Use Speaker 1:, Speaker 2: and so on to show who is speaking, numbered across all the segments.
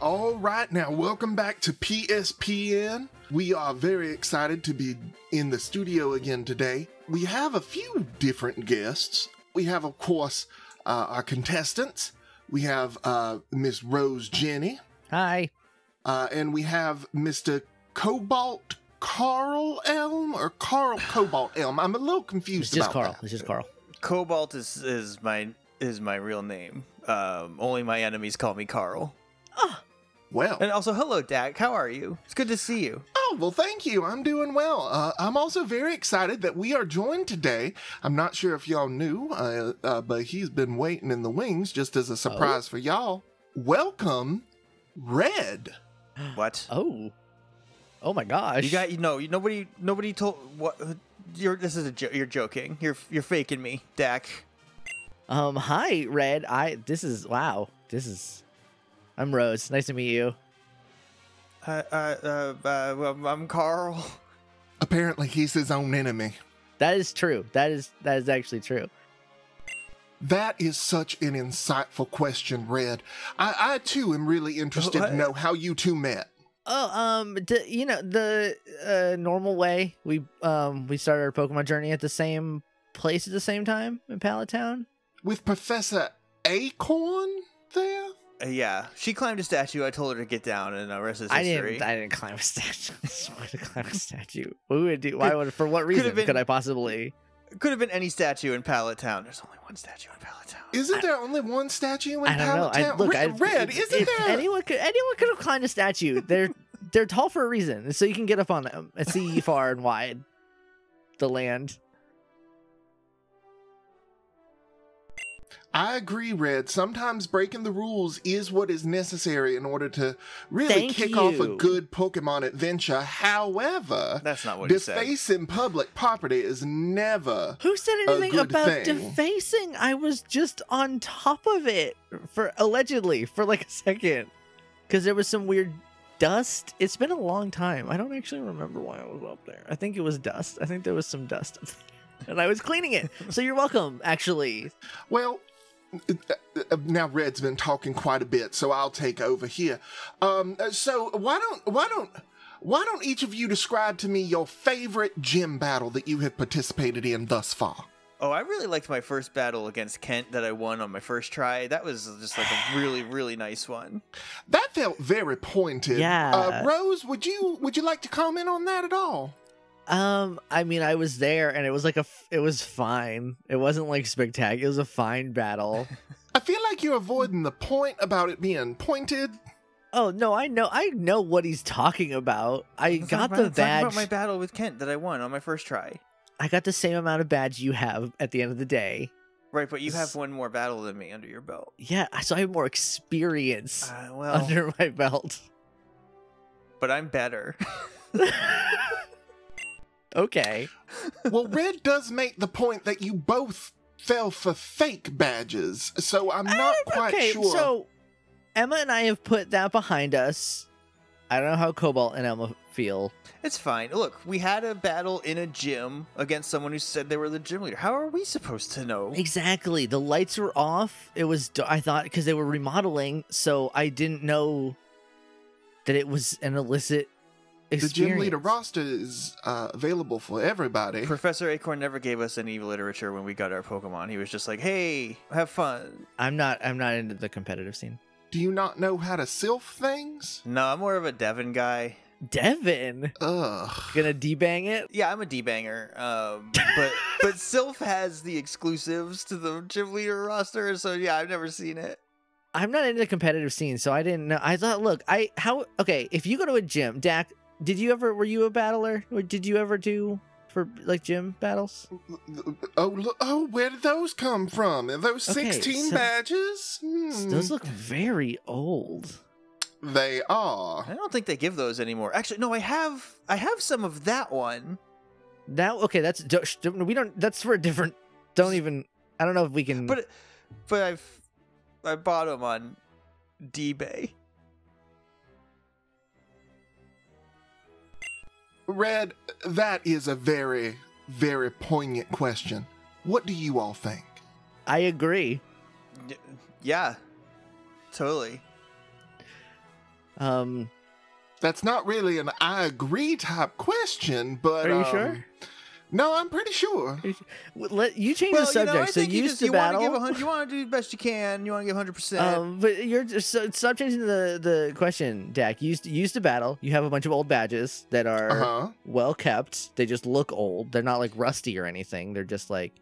Speaker 1: All right, now welcome back to PSPN. We are very excited to be in the studio again today. We have a few different guests. We have, of course, uh, our contestants. We have uh, Miss Rose Jenny,
Speaker 2: Hi.
Speaker 1: uh, and we have Mr. Cobalt Carl Elm or Carl Cobalt Elm. I'm a little
Speaker 2: It's
Speaker 1: confused
Speaker 2: just
Speaker 1: about
Speaker 2: Carl.
Speaker 1: that.
Speaker 2: It's just Carl.
Speaker 3: Cobalt is is my is my real name. Um, only my enemies call me Carl.
Speaker 1: Well,
Speaker 3: And also, hello, Dak. How are you? It's good to see you.
Speaker 1: Oh, well, thank you. I'm doing well. Uh, I'm also very excited that we are joined today. I'm not sure if y'all knew, uh, uh, but he's been waiting in the wings just
Speaker 2: Oh.
Speaker 1: as a surprise for y'all. Welcome, Red.
Speaker 3: What?
Speaker 2: Oh. Oh my gosh.
Speaker 3: You got you know you- nobody nobody told what you're this is a jo- you're joking. You're you're faking me, Dak.
Speaker 2: um hi Red. I this is wow. This is I'm Rose. Nice to meet you.
Speaker 3: Uh, uh, uh, uh, well, I'm Carl.
Speaker 1: Apparently, he's his own enemy.
Speaker 2: That is true. That is that is actually true.
Speaker 1: That is such an insightful question, Red. I, I too am really interested
Speaker 3: What?
Speaker 1: to know how you two met.
Speaker 2: Oh, um d- you know the uh normal way we um we started our Pokemon journey at the same place at the same time in Palatown.
Speaker 1: With Professor Acorn there?
Speaker 3: Uh, yeah, she climbed a statue. I told her to get down, and the rest is
Speaker 2: I
Speaker 3: history.
Speaker 2: didn't I didn't climb a statue. I just wanted to climb a statue. What would I do? Why would for what reason
Speaker 3: been-
Speaker 2: could I possibly
Speaker 3: Could have been any statue in Pallet Town. There's only one statue in Pallet Town.
Speaker 1: Isn't there only one statue in
Speaker 2: I don't know. I,
Speaker 1: Palatown?
Speaker 2: look,
Speaker 1: Re-
Speaker 2: I,
Speaker 1: Red,
Speaker 2: if-
Speaker 1: isn't
Speaker 2: if
Speaker 1: there?
Speaker 2: anyone could anyone could have climbed a statue? They're they're tall for a reason, so you can get up on them and see far and wide the land.
Speaker 1: I agree, Red. Sometimes breaking the rules is what is necessary in order to really
Speaker 2: Thank
Speaker 1: kick off a
Speaker 2: you.
Speaker 1: good Pokemon adventure. However,
Speaker 3: That's not what he said.
Speaker 1: defacing public property is never.
Speaker 2: Who said anything
Speaker 1: good
Speaker 2: about
Speaker 1: thing.
Speaker 2: defacing? I was just on top of it for allegedly for like a second because there was some weird dust. It's been a long time. I don't actually remember why I was up there. I think it was dust. I think there was some dust, up there. and I was cleaning it. So you're welcome. Actually,
Speaker 1: Well, uh, uh, now Red's been talking quite a bit, so I'll take over here. Um, uh, so why don't why don't why don't each of you describe to me your favorite gym battle that you have participated in thus far?
Speaker 3: Oh, I really liked my first battle against Kent that I won on my first try. That was just like a really, really nice one.
Speaker 1: That felt very pointed.
Speaker 2: Yeah.
Speaker 1: Uh, Rose, would you would you like to comment on that at all?
Speaker 2: Um, I mean, I was there, and it was like a, f- it was fine. It wasn't like spectacular. It was a fine battle.
Speaker 1: I feel like you're avoiding the point about it being pointed.
Speaker 2: oh no, I know, I know what he's talking about. I
Speaker 3: Let's
Speaker 2: got
Speaker 3: talk
Speaker 2: the
Speaker 3: about- talk
Speaker 2: badge.
Speaker 3: About my battle with Kent that I won on my first try.
Speaker 2: I got the same amount of badge you have at the end of the day.
Speaker 3: Right, but you
Speaker 2: S-
Speaker 3: have one more battle than me under your belt.
Speaker 2: Yeah, so I have more experience
Speaker 3: Uh, well,
Speaker 2: under my belt.
Speaker 3: but I'm better.
Speaker 2: okay.
Speaker 1: Well, Red does make the point that you both fell for fake badges, so I'm not
Speaker 2: Uh,
Speaker 1: quite
Speaker 2: okay,
Speaker 1: sure.
Speaker 2: So Emma and I have put that behind us. I don't know how Cobalt and Emma feel.
Speaker 3: it's fine. Look, we had a battle in a gym against someone who said they were the gym leader. How are we supposed to know?
Speaker 2: Exactly. The lights were off. It was d- I thought because they were remodeling, so I didn't know that it was an illicit
Speaker 1: the
Speaker 2: experience.
Speaker 1: gym leader roster is uh, available for everybody.
Speaker 3: Professor Acorn never gave us any literature when we got our Pokemon. He was just like, "Hey, have fun."
Speaker 2: I'm not. I'm not into the competitive scene.
Speaker 1: Do you not know how to sylph things?
Speaker 3: No, I'm more of a Devon guy.
Speaker 2: Devin
Speaker 1: Ugh.
Speaker 2: gonna debang it.
Speaker 3: Yeah, I'm a D-banger. Um, but but Sylph has the exclusives to the gym leader roster, so yeah, I've never seen it.
Speaker 2: I'm not into the competitive scene, so I didn't know. I thought, look, I how okay. If you go to a gym, Dak, did you ever? Were you a battler? Or did you ever do for like gym battles?
Speaker 1: Oh, look, oh, where did those come from? Are those
Speaker 2: Okay,
Speaker 1: 16
Speaker 2: so-
Speaker 1: badges? Hmm,
Speaker 2: Those look very old.
Speaker 1: they are.
Speaker 3: I don't think they give those anymore. Actually, no, I have I have some of that one.
Speaker 2: That okay? That's don't- sh- don't- we don't. That's for a different. Don't even. I don't know if we can.
Speaker 3: But but I've I bought them on D-Bay.
Speaker 1: Red, that is a very, very poignant question. What do you all think?
Speaker 2: I agree.
Speaker 3: Y- Yeah. Totally.
Speaker 2: Um,
Speaker 1: That's not really an I agree type question, but
Speaker 2: are you
Speaker 1: um,
Speaker 2: sure?
Speaker 1: No, I'm pretty sure.
Speaker 2: W- Let you change
Speaker 3: well,
Speaker 2: the subject.
Speaker 3: you know, I
Speaker 2: so
Speaker 3: think you
Speaker 2: used
Speaker 3: just
Speaker 2: to
Speaker 3: you
Speaker 2: battle.
Speaker 3: want to give 100, you want to do the best you can. You want to give 100. percent
Speaker 2: Um, but you're just, so, stop changing the the question, Dak. You used to, you used to battle. You have a bunch of old badges that are
Speaker 1: Uh
Speaker 3: Uh-huh.
Speaker 1: huh.
Speaker 2: well kept. They just look old. They're not like rusty or anything. They're just like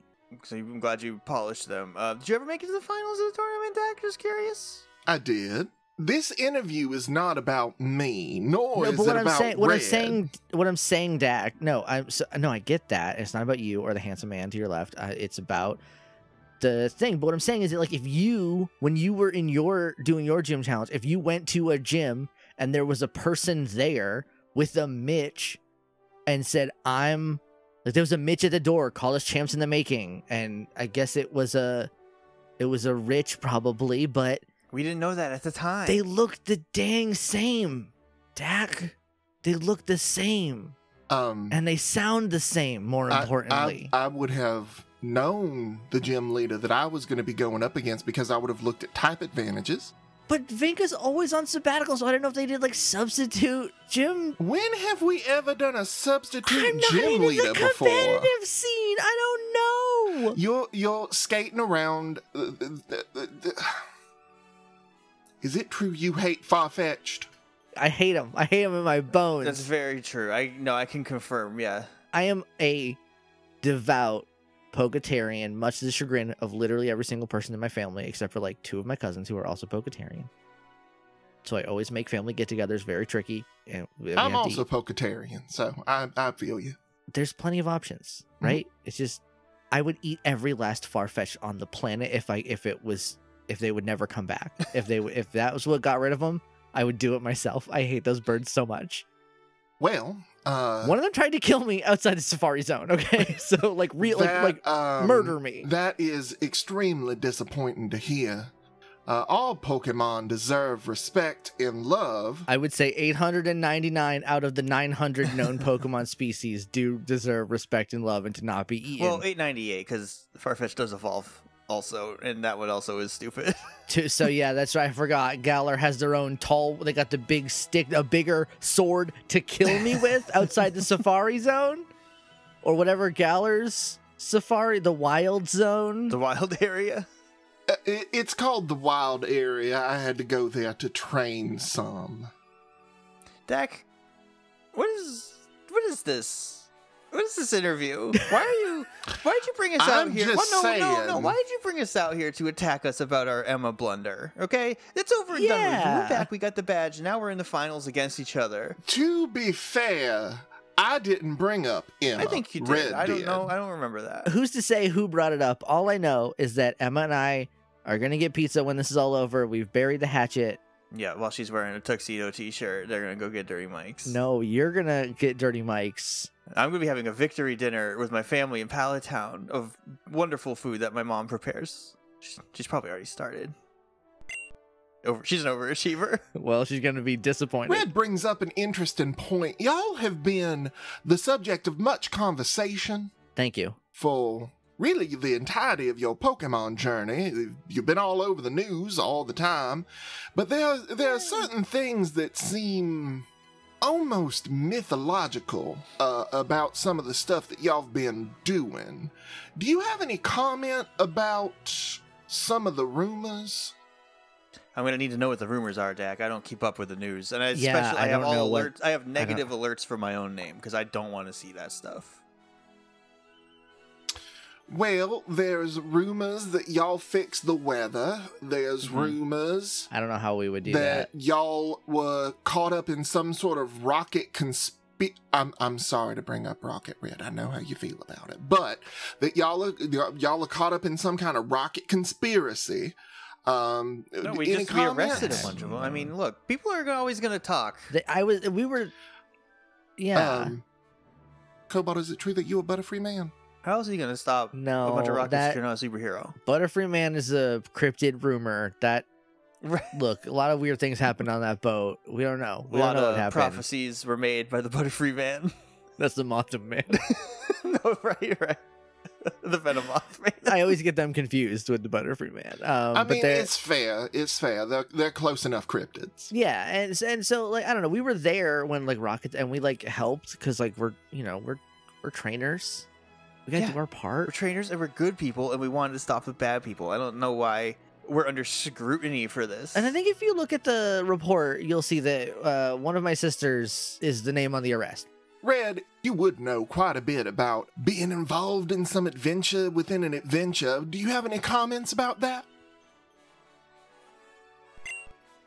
Speaker 3: So I'm glad you polished them. Uh, did you ever make it to the finals of the tournament, Dak? Just curious.
Speaker 1: I did. This interview is not about me, nor
Speaker 2: no.
Speaker 1: is
Speaker 2: But what
Speaker 1: it
Speaker 2: I'm
Speaker 1: about
Speaker 2: saying, what I'm
Speaker 1: Red.
Speaker 2: saying, what I'm saying, Dak. No, I'm so, no. I get that. It's not about you or the handsome man to your left. I, it's about the thing. But what I'm saying is that like if you, when you were in your doing your gym challenge, if you went to a gym and there was a person there with a Mitch and said, I'm like there was a Mitch at the door, called us champs in the making. And I guess it was a it was a rich probably, but
Speaker 3: We didn't know that at the time.
Speaker 2: they looked the dang same. Dak. They look the same.
Speaker 1: um,
Speaker 2: And they sound the same, more
Speaker 1: I- I-
Speaker 2: importantly.
Speaker 1: I, would have known the gym leader that I was going to be going up against because I would have looked at type advantages.
Speaker 2: but Vinka's always on sabbatical, so I don't know if they did like substitute gym
Speaker 1: When have we ever done a substitute
Speaker 2: I'm not
Speaker 1: gym
Speaker 2: into
Speaker 1: leader
Speaker 2: the
Speaker 1: before?
Speaker 2: competitive scene. I don't know.
Speaker 1: You're you're skating around. uh, uh, uh, uh, Is it true you hate far fetched?
Speaker 2: I hate him. I hate him in my bones.
Speaker 3: That's very true. I no, I can confirm. Yeah.
Speaker 2: I am a devout Poketarian, much to the chagrin of literally every single person in my family, except for like two of my cousins who are also Poketarian. So I always make family get-togethers very tricky, and we have
Speaker 1: I'm
Speaker 2: to
Speaker 1: also
Speaker 2: eat.
Speaker 1: Poketarian, so I I feel you.
Speaker 2: there's plenty of options,
Speaker 1: Mm-hmm.
Speaker 2: right? It's just I would eat every last Farfetch on the planet if I if it was if they would never come back. if they w- if that was what got rid of them, I would do it myself. I hate those birds so much.
Speaker 1: Well, uh,
Speaker 2: One of them tried to kill me outside the safari zone. Okay, so like real
Speaker 1: that,
Speaker 2: like, like
Speaker 1: um,
Speaker 2: murder me.
Speaker 1: That is extremely disappointing to hear. Uh, all Pokemon deserve respect and love.
Speaker 2: I would say 899 out of the 900 known Pokemon species do deserve respect and love and to not be eaten.
Speaker 3: Well, 898 because Farfetch does evolve also, and that one also is stupid.
Speaker 2: To- so yeah, that's right. I forgot. Galar has their own tall. They got the big stick, a bigger sword to kill me with outside the safari zone, or whatever Galar's safari, the wild zone.
Speaker 3: the wild area.
Speaker 1: Uh, it- it's called the Wild Area. I had to go there to train some.
Speaker 3: Dak, what is what is this? What is this interview? Why are you? Why did you bring us out
Speaker 1: I'm
Speaker 3: here?
Speaker 1: just
Speaker 3: well, no, no, no.
Speaker 1: saying.
Speaker 3: Why did you bring us out here to attack us about our Emma blunder? Okay, it's over and done with.
Speaker 2: Yeah.
Speaker 3: We're back. We got the badge. Now we're in the finals against each other.
Speaker 1: To be fair, I didn't bring up Emma.
Speaker 3: I think you did.
Speaker 1: Red
Speaker 3: I don't
Speaker 1: did.
Speaker 3: know. I don't remember that.
Speaker 2: Who's to say who brought it up? All I know is that Emma and I are gonna get pizza when this is all over. We've buried the hatchet.
Speaker 3: Yeah, while she's wearing a tuxedo T-shirt, they're gonna go get dirty mics.
Speaker 2: No, you're gonna get dirty mics.
Speaker 3: I'm gonna be having a victory dinner with my family in Palatown of wonderful food that my mom prepares. She's, she's probably already started. Over, she's an overachiever.
Speaker 2: Well, she's gonna be disappointed.
Speaker 1: Red brings up an interesting point. Y'all have been the subject of much conversation
Speaker 2: Thank you.
Speaker 1: for really the entirety of your Pokemon journey. You've been all over the news all the time, but there there are certain things that seem almost mythological uh, about some of the stuff that y'all have been doing. Do you have any comment about some of the rumors?
Speaker 3: I'm gonna need to know what the rumors are, Dak. I don't keep up with the news, and I
Speaker 2: Yeah,
Speaker 3: especially
Speaker 2: I
Speaker 3: I, have
Speaker 2: don't know
Speaker 3: all
Speaker 2: what-
Speaker 3: alerts. I have negative alerts for my own name because I don't want to see that stuff.
Speaker 1: Well, there's rumors that y'all fix the weather. There's
Speaker 3: Mhm.
Speaker 1: rumors
Speaker 2: I don't know how we would do that.
Speaker 1: that, y'all were caught up in some sort of rocket consp. I'm I'm sorry to bring up Rocket Red. I know how you feel about it, but that y'all are, y'all are caught up in some kind of rocket conspiracy. Um,
Speaker 3: No, we
Speaker 1: any
Speaker 3: just we arrested
Speaker 1: comments?
Speaker 3: a bunch of them. I mean, look, people are always gonna talk.
Speaker 2: They- I was. We were. Yeah.
Speaker 1: Um, Cobalt, is it true that you a Butterfree man?
Speaker 3: How else are you gonna stop
Speaker 2: no.
Speaker 3: a bunch of rockets
Speaker 2: that
Speaker 3: if you're not a superhero?
Speaker 2: Butterfree Man is a cryptid rumor. That
Speaker 3: Right.
Speaker 2: look, a lot of weird things happened on that boat. We don't know.
Speaker 3: A
Speaker 2: We don't
Speaker 3: lot
Speaker 2: know what
Speaker 3: of
Speaker 2: happened.
Speaker 3: prophecies were made by the Butterfree Man.
Speaker 2: That's the Mothman.
Speaker 3: no, right, right. the Venomoth man.
Speaker 2: I always get them confused with the Butterfree Man. Um,
Speaker 1: I
Speaker 2: but
Speaker 1: mean,
Speaker 2: they're-
Speaker 1: it's fair. It's fair. They're, they're close enough cryptids.
Speaker 2: yeah, and s- and so like I don't know, we were there when like rockets, and we like helped because like we're you know we're we're trainers, we gotta
Speaker 3: Yeah.
Speaker 2: do our
Speaker 3: We're
Speaker 2: part.
Speaker 3: trainers and we're good people, and we wanted to stop the bad people. I don't know why we're under scrutiny for this.
Speaker 2: And I think if you look at the report, you'll see that uh, one of my sisters is the name on the arrest.
Speaker 1: Red, you would know quite a bit about being involved in some adventure within an adventure. Do you have any comments about that?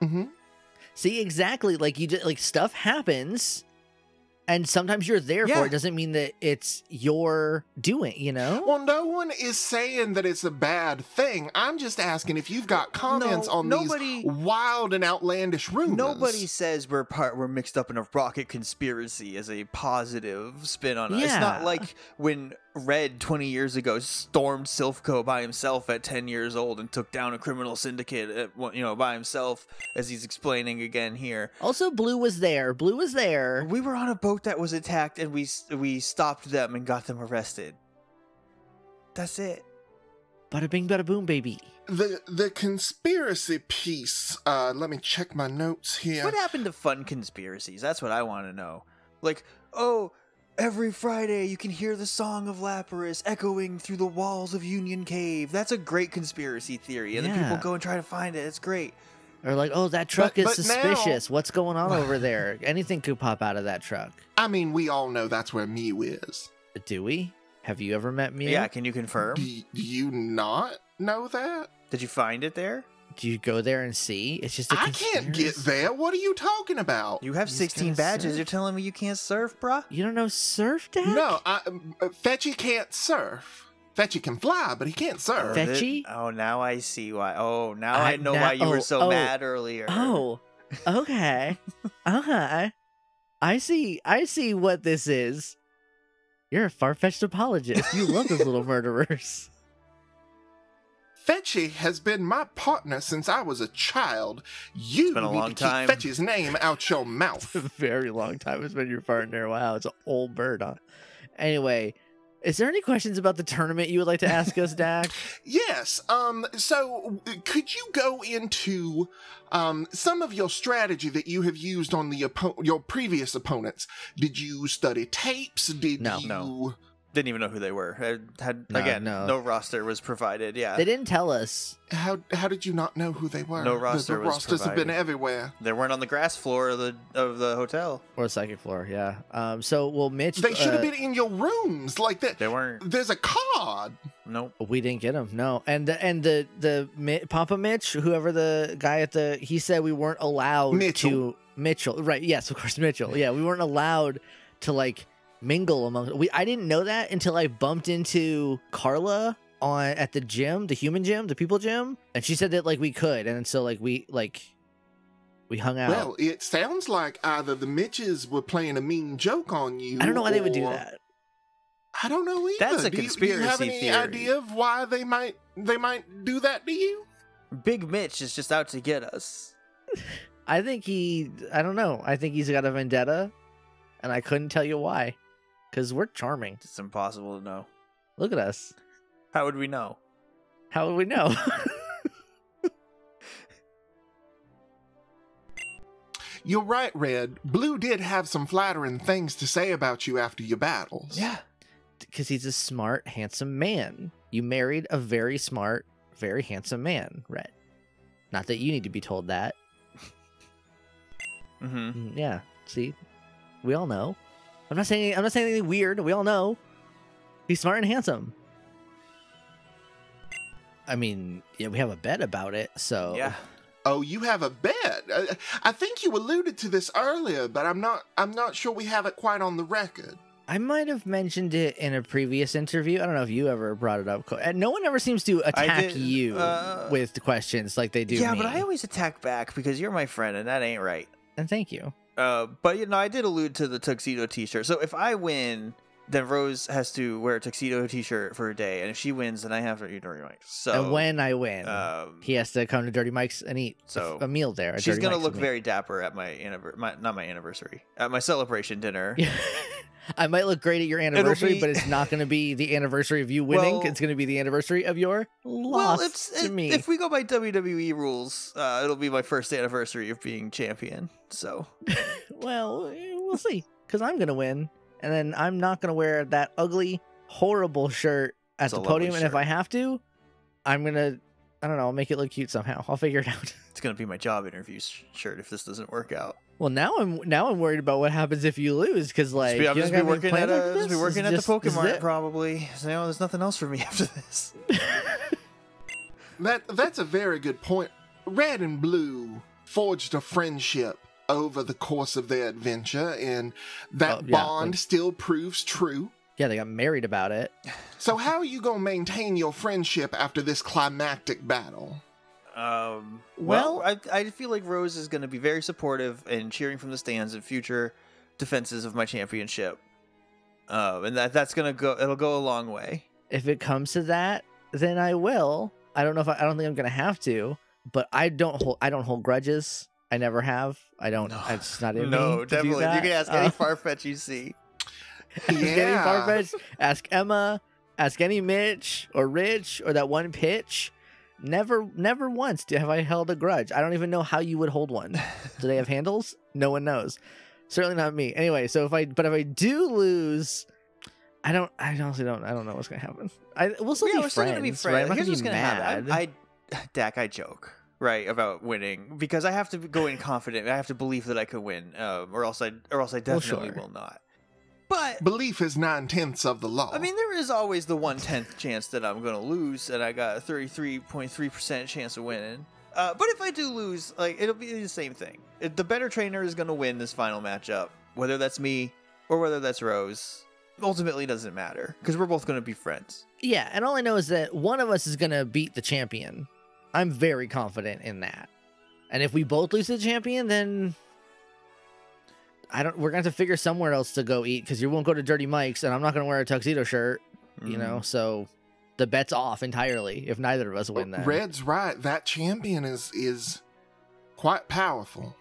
Speaker 1: hmm
Speaker 2: See, exactly. Like you just like stuff happens, and sometimes you're there
Speaker 3: Yeah.
Speaker 2: for it. Doesn't mean that it's your doing. You know.
Speaker 1: Well, no one is saying that it's a bad thing. I'm just asking if you've got comments
Speaker 3: No,
Speaker 1: on
Speaker 3: nobody-
Speaker 1: these wild and outlandish rumors.
Speaker 3: Nobody says we're part we're mixed up in a rocket conspiracy as a positive spin on it. It's not
Speaker 2: Yeah.
Speaker 3: like when Red twenty years ago stormed Silfco by himself at ten years old and took down a criminal syndicate at, one- you know by himself, as he's explaining again here.
Speaker 2: Also, Blue was there. Blue was there.
Speaker 3: We were on a boat that was attacked and we we stopped them and got them arrested. That's it.
Speaker 2: Bada bing, bada boom, baby.
Speaker 1: The the conspiracy piece. Uh, let me check my notes here.
Speaker 3: What happened to fun conspiracies? That's what I want to know. Like, oh, every Friday you can hear the song of Lapras echoing through the walls of Union Cave. That's a great conspiracy theory, and then people
Speaker 2: Yeah.
Speaker 3: go and try to find it. It's great.
Speaker 2: Or like, oh, that truck is
Speaker 1: but now-
Speaker 2: suspicious. What's going on over there? Anything could pop out of that truck.
Speaker 1: I mean, we all know that's where Mew is.
Speaker 2: Do we? Have you ever met Mew?
Speaker 3: Yeah, can you confirm?
Speaker 1: Do, do you not know that?
Speaker 3: Did you find it there?
Speaker 2: Do you go there and see? It's just. I
Speaker 1: I can't get there. What are you talking about?
Speaker 3: You have
Speaker 2: He's
Speaker 3: 16
Speaker 2: gonna
Speaker 3: badges.
Speaker 2: surf.
Speaker 3: You're telling me you can't surf, bruh?
Speaker 2: You don't know Surf Deck?
Speaker 1: No, I, um, uh, Fetchy can't surf. Fetchy can fly, but he can't surf.
Speaker 2: Fetch-
Speaker 3: Oh,
Speaker 2: Fetchy?
Speaker 3: thi- Oh, now I see why. Oh, now I,
Speaker 2: I-
Speaker 3: know
Speaker 2: now-
Speaker 3: why you were
Speaker 2: oh,
Speaker 3: so
Speaker 2: oh,
Speaker 3: mad earlier.
Speaker 2: Oh, okay. uh-huh. I see. I see what this is. You're a far-fetched apologist. You love those little murderers.
Speaker 1: Fetchy has been my partner since I was a child. You
Speaker 3: been a
Speaker 1: need
Speaker 3: long
Speaker 1: to
Speaker 3: time.
Speaker 1: keep Fetchy's name out your mouth.
Speaker 2: a very long time it's been your partner. Wow, it's an old bird on. Anyway, is there any questions about the tournament you would like to ask us, Dak?
Speaker 1: Yes. Um. So, uh, could you go into um some of your strategy that you have used on the oppo- your previous opponents? Did you study tapes? Did
Speaker 2: No.
Speaker 1: you?
Speaker 3: No. Didn't even know who they were. I had
Speaker 2: No,
Speaker 3: again,
Speaker 2: no.
Speaker 3: no roster was provided. Yeah,
Speaker 2: They didn't tell us.
Speaker 1: How how did you not know who they were?
Speaker 3: No
Speaker 1: The-
Speaker 3: roster
Speaker 1: The,
Speaker 3: was
Speaker 1: rosters have been
Speaker 3: provided.
Speaker 1: everywhere.
Speaker 3: They weren't on the grass floor of the of the hotel.
Speaker 2: Or psychic floor, yeah. Um. So, well, Mitch.
Speaker 1: They should have
Speaker 2: uh,
Speaker 1: been in your rooms like that.
Speaker 3: They weren't.
Speaker 1: There's a card.
Speaker 3: Nope.
Speaker 2: We didn't get him. No, and the, and the the Mi- Papa Mitch, whoever the guy at the, he said we weren't allowed
Speaker 1: Mitchell.
Speaker 2: to Mitchell. Right? Yes, of course, Mitchell. Yeah, we weren't allowed to like mingle among. We I didn't know that until I bumped into Carla on at the gym, the human gym, the people gym, and she said that like we could, and so like we like we hung out.
Speaker 1: Well, it sounds like either the Mitches were playing a mean joke on you.
Speaker 2: I don't know why they would do
Speaker 1: or-
Speaker 2: that.
Speaker 1: I don't know either.
Speaker 3: That's a
Speaker 1: do you, do you have
Speaker 3: conspiracy
Speaker 1: any
Speaker 3: theory.
Speaker 1: idea of why they might they might do that to you?
Speaker 3: Big Mitch is just out to get us.
Speaker 2: I think he. I don't know. I think he's got a vendetta, and I couldn't tell you why, because we're charming.
Speaker 3: It's impossible to know.
Speaker 2: Look at us.
Speaker 3: How would we know?
Speaker 2: How would we know?
Speaker 1: You're right, Red. Blue did have some flattering things to say about you after your battles.
Speaker 2: Because he's a smart, handsome man. You married a very smart, very handsome man, Red. Not that you need to be told that.
Speaker 3: Mm-hmm.
Speaker 2: Mm, Yeah. See, we all know. I'm not saying I'm not saying anything weird. We all know. He's smart and handsome. I mean, yeah, we have a bet about it, so
Speaker 3: Yeah.
Speaker 1: Oh, you have a bet. Uh, I think you alluded to this earlier, but I'm not. I'm not sure we have it quite on the record.
Speaker 2: I might have mentioned it in a previous interview. I don't know if you ever brought it up. Cole. And No one ever seems to attack
Speaker 3: did,
Speaker 2: you
Speaker 3: uh,
Speaker 2: with questions like they do
Speaker 3: yeah,
Speaker 2: me.
Speaker 3: but I always attack back because you're my friend, and that ain't right.
Speaker 2: and thank you.
Speaker 3: Uh, but you know, I did allude to the tuxedo T-shirt. So if I win, then Rose has to wear a tuxedo T-shirt for a day, and if she wins, then I have to eat dirty mic. So
Speaker 2: and when I win,
Speaker 3: um,
Speaker 2: he has to come to Dirty Mike's and eat
Speaker 3: So,
Speaker 2: a meal there. at
Speaker 3: she's
Speaker 2: Dirty
Speaker 3: gonna
Speaker 2: Mike's
Speaker 3: look
Speaker 2: with me.
Speaker 3: very dapper at my anniversary, my, not my anniversary, at my celebration dinner.
Speaker 2: I might look great at your anniversary,
Speaker 3: be-
Speaker 2: but it's not going to be the anniversary of you winning.
Speaker 3: Well-
Speaker 2: it's going to be the anniversary of your loss
Speaker 3: Well, it's,
Speaker 2: to
Speaker 3: it-
Speaker 2: me.
Speaker 3: if we go by WWE rules, uh, it'll be my first anniversary of being champion. So
Speaker 2: well, eh, we'll see. Because I'm going to win, and then I'm not going to wear that ugly, horrible shirt at
Speaker 3: It's a
Speaker 2: the
Speaker 3: lovely
Speaker 2: podium. And if
Speaker 3: shirt.
Speaker 2: I have to, I'm going to, I don't know, I'll make it look cute somehow. I'll figure it out.
Speaker 3: it's gonna be my job interview sh- shirt if this doesn't work out.
Speaker 2: Well, now I'm now I'm worried about what happens if you lose because like
Speaker 3: Just be- I'm
Speaker 2: you
Speaker 3: just
Speaker 2: don't have
Speaker 3: be
Speaker 2: any
Speaker 3: working at
Speaker 2: plans
Speaker 3: a,
Speaker 2: after
Speaker 3: just be
Speaker 2: this.
Speaker 3: working
Speaker 2: It's
Speaker 3: at
Speaker 2: just-
Speaker 3: the
Speaker 2: this is
Speaker 3: Pokemon
Speaker 2: it.
Speaker 3: probably. So now there's nothing else for me after this.
Speaker 1: That that's a very good point. Red and Blue forged a friendship over the course of their adventure, and that
Speaker 2: Oh, yeah,
Speaker 1: bond
Speaker 2: like-
Speaker 1: still proves true.
Speaker 2: yeah, they got married about it.
Speaker 1: So how are you gonna maintain your friendship after this climactic battle?
Speaker 3: Um,
Speaker 2: Well-
Speaker 3: well, I, I feel like Rose is going to be very supportive and cheering from the stands in future defenses of my championship, um, and that that's going to go. It'll go a long way.
Speaker 2: If it comes to that, then I will. I don't know if I, I don't think I'm gonna have to, but I don't hold I don't hold grudges. I never have. I don't.
Speaker 3: No.
Speaker 2: It's just not in me.
Speaker 3: No,
Speaker 2: to do
Speaker 3: definitely. You
Speaker 2: that.
Speaker 3: can ask
Speaker 2: Uh,
Speaker 3: any far fetch you see.
Speaker 2: ask any
Speaker 1: Yeah.
Speaker 2: Farfetch, Ask Emma. Ask any Mitch or Rich or that one pitch. Never, never once do- have I held a grudge. I don't even know how you would hold one. Do they have handles? No one knows. Certainly not me. Anyway, so if I but if I do lose, I don't. I honestly don't. I don't know what's gonna happen. I we'll still,
Speaker 3: yeah,
Speaker 2: be,
Speaker 3: we're
Speaker 2: friends,
Speaker 3: still gonna be
Speaker 2: Right?
Speaker 3: friends.
Speaker 2: I'm not
Speaker 3: Here's
Speaker 2: gonna
Speaker 3: what's
Speaker 2: be
Speaker 3: gonna happen.
Speaker 2: mad.
Speaker 3: I, I, Dak, I joke right about winning because I have to go in confident. I have to believe that I could win, um, or else I, or else I
Speaker 2: Well,
Speaker 3: definitely
Speaker 2: sure.
Speaker 3: will not. But
Speaker 1: Belief is nine tenths of the law.
Speaker 3: I mean, there is always the one tenth chance that I'm gonna lose, and I got a thirty three point three percent chance of winning. Uh, but if I do lose, like it'll be the same thing. It- The better trainer is gonna win this final matchup, whether that's me or whether that's Rose. Ultimately, doesn't matter because we're both gonna be friends.
Speaker 2: yeah, and all I know is that one of us is gonna beat the champion. I'm very confident in that. And if we both lose to the champion, then I don't. We're gonna have to figure somewhere else to go eat because you won't go to Dirty Mike's, and I'm not gonna wear a tuxedo shirt. You know, so the bet's off entirely if neither of us win. Then
Speaker 1: Red's right. That champion is is quite powerful.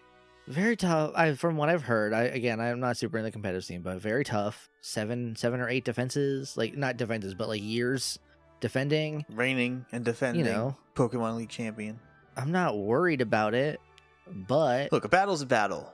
Speaker 2: very tough I, from what i've heard i again i'm not super in the competitive scene but very tough seven seven or eight defenses like not defenses but like years defending
Speaker 3: Mm-hmm. reigning and defending
Speaker 2: you know
Speaker 3: Pokemon League champion.
Speaker 2: i'm not worried about it but
Speaker 3: Look, a battle's a battle,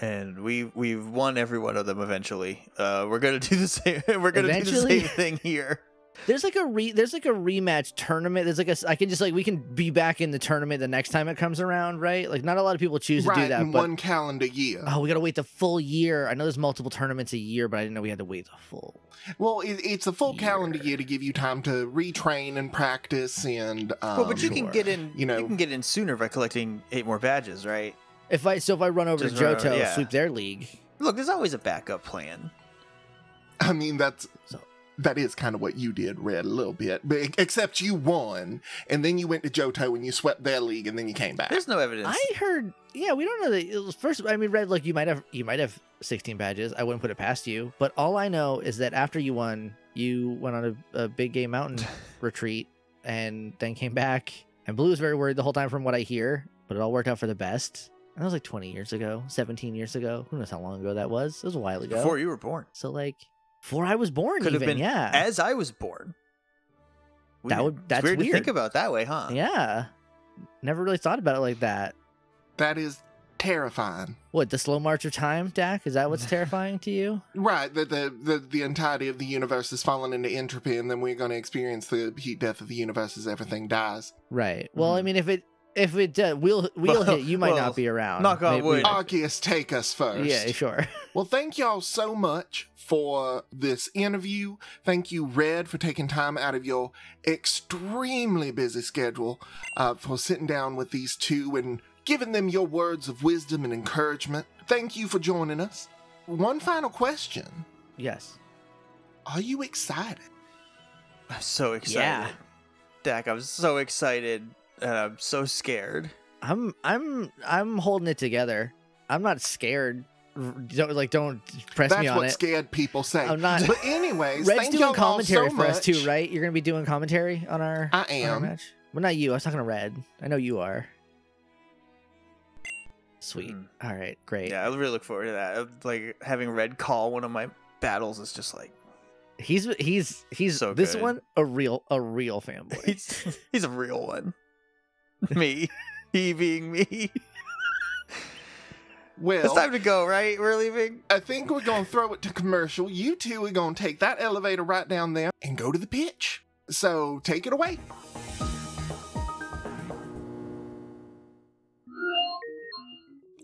Speaker 3: and we we've won every one of them eventually. Uh, we're gonna do the same. We're gonna
Speaker 2: Eventually.
Speaker 3: do the same thing here.
Speaker 2: there's like a re there's like a rematch tournament there's like a s- i can just like we can be back in the tournament the next time it comes around right like not a lot of people choose to
Speaker 1: Right
Speaker 2: do that
Speaker 1: in
Speaker 2: but
Speaker 1: one calendar year.
Speaker 2: oh we gotta wait the full year i know there's multiple tournaments a year but i didn't know we had to wait the full
Speaker 1: Well, it, it's a full calendar
Speaker 2: Year.
Speaker 1: year to give you time to retrain and practice, and um,
Speaker 3: well, but you can
Speaker 2: sure.
Speaker 3: get in.
Speaker 1: You know-
Speaker 3: you can get in sooner by collecting eight more badges, right?
Speaker 2: if i so if i run over
Speaker 3: Just
Speaker 2: to
Speaker 3: run over-
Speaker 2: johto
Speaker 3: yeah.
Speaker 2: sweep their league
Speaker 3: Look, there's always a backup plan.
Speaker 1: I mean that's
Speaker 2: So-
Speaker 1: that is kind of what you did, Red, a little bit, but ex- except you won, and then you went to Johto and you swept their league, and then you came back.
Speaker 3: There's no evidence.
Speaker 2: I heard, yeah, we don't know that. it was- First, I mean, Red, look, you might have you might have 16 badges. I wouldn't put it past you. But all I know is that after you won, you went on a, a big gay mountain retreat and then came back. And Blue was very worried the whole time, from what I hear. But it all worked out for the best. And that was like 20 years ago, 17 years ago. Who knows how long ago that was? It was a while ago.
Speaker 3: Before you were born,
Speaker 2: so like, before I was born,
Speaker 3: Could have
Speaker 2: even
Speaker 3: been
Speaker 2: yeah,
Speaker 3: as I was born.
Speaker 2: That would-
Speaker 3: It's
Speaker 2: that's
Speaker 3: weird, to
Speaker 2: weird.
Speaker 3: think about that way, huh?
Speaker 2: yeah. Never really thought about it like that.
Speaker 1: that is terrifying.
Speaker 2: What the slow march of time, Dak? Is that what's terrifying to you?
Speaker 1: Right, that the, the the entirety of the universe is falling into entropy, and then we're going to experience the heat death of the universe as everything dies.
Speaker 2: Right. Well, I
Speaker 3: Mhm.
Speaker 2: mean, if it if it does, we'll we'll
Speaker 3: Well-
Speaker 2: hit. You might
Speaker 3: well,
Speaker 2: not be around.
Speaker 3: knock on
Speaker 2: Maybe-
Speaker 3: wood.
Speaker 2: Yeah,
Speaker 1: Arceus, take us first.
Speaker 2: Yeah, sure.
Speaker 1: Well, thank y'all so much for this interview. Thank you, Red, for taking time out of your extremely busy schedule uh, for sitting down with these two and giving them your words of wisdom and encouragement. Thank you for joining us. One final question
Speaker 2: Yes.
Speaker 1: Are you excited?
Speaker 3: I'm so excited.
Speaker 2: Yeah.
Speaker 3: Dak, I'm so excited, and I'm so scared.
Speaker 2: I'm I'm I'm holding it together. I'm not scared. R- Don't like don't press me
Speaker 1: That's
Speaker 2: on
Speaker 1: what
Speaker 2: it.
Speaker 1: scared people say.
Speaker 2: I'm not.
Speaker 1: but, anyways,
Speaker 2: Red's
Speaker 1: thank
Speaker 2: doing
Speaker 1: y'all
Speaker 2: commentary
Speaker 1: all so
Speaker 2: for us too,
Speaker 1: much.
Speaker 2: right? You're gonna be doing commentary on our
Speaker 1: I
Speaker 2: on our
Speaker 1: am.
Speaker 2: match. Well, not you. I was talking to Red. I know you are. Sweet.
Speaker 3: Mm.
Speaker 2: All right. Great.
Speaker 3: Yeah, I really look forward to that. Uh, Like having Red call one of my battles is just like
Speaker 2: He's he's he's
Speaker 3: So
Speaker 2: this
Speaker 3: good.
Speaker 2: one a real a real fanboy.
Speaker 3: he's he's a real one. Me, he being me. It's
Speaker 1: Well,
Speaker 3: time to go, right? We're leaving.
Speaker 1: I think we're going to throw it to commercial. You two are going to take that elevator right down there and go to the pitch. So take it away.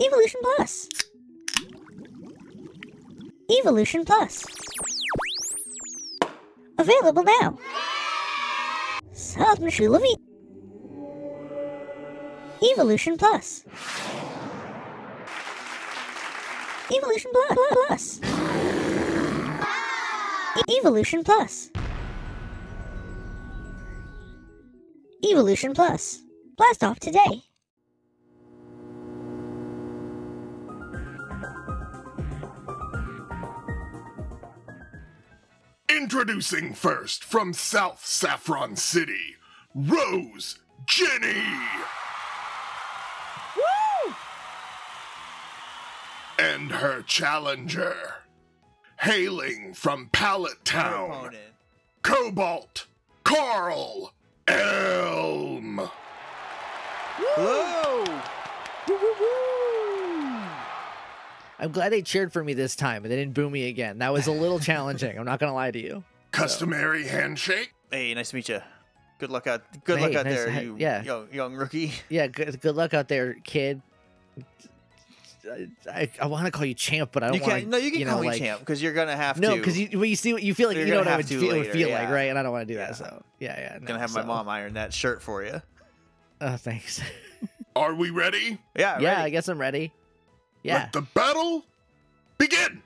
Speaker 4: Evolution Plus. Evolution Plus. Available now. Sad Mishula V. Evolution Plus. Evolution Plus. Plus. Evolution Plus. Evolution Plus. Blast off today.
Speaker 1: Introducing first from South Saffron City, Rose Jenny. And her challenger, hailing from Pallet Town,
Speaker 3: Opponent.
Speaker 1: Cobalt Carl Elm.
Speaker 3: Hello.
Speaker 2: I'm glad they cheered for me this time and they didn't boo me again. That was a little challenging. I'm not gonna lie to you.
Speaker 1: Customary handshake.
Speaker 3: Hey, nice to meet you. Good luck out. Good luck
Speaker 2: Hey,
Speaker 3: out
Speaker 2: nice
Speaker 3: there,
Speaker 2: to ha-
Speaker 3: you
Speaker 2: yeah.
Speaker 3: young young rookie.
Speaker 2: Yeah. Good, good luck out there, kid. I, I, I want to call you champ, but I don't
Speaker 3: You
Speaker 2: want
Speaker 3: can no, you can call me
Speaker 2: like,
Speaker 3: champ because you're gonna have
Speaker 2: No,
Speaker 3: to.
Speaker 2: because you well, you see what you feel like.
Speaker 3: You're
Speaker 2: you know
Speaker 3: gonna
Speaker 2: what I
Speaker 3: have
Speaker 2: would
Speaker 3: to
Speaker 2: feel,
Speaker 3: later,
Speaker 2: feel like,
Speaker 3: yeah.
Speaker 2: right? And I don't want to do
Speaker 3: Yeah.
Speaker 2: that. So yeah, yeah.
Speaker 3: gonna have my mom iron that shirt for you.
Speaker 2: Oh, thanks.
Speaker 1: Are we ready?
Speaker 3: Yeah,
Speaker 2: yeah, I
Speaker 3: ready.
Speaker 2: guess I'm ready. Yeah.
Speaker 1: Let the battle begin.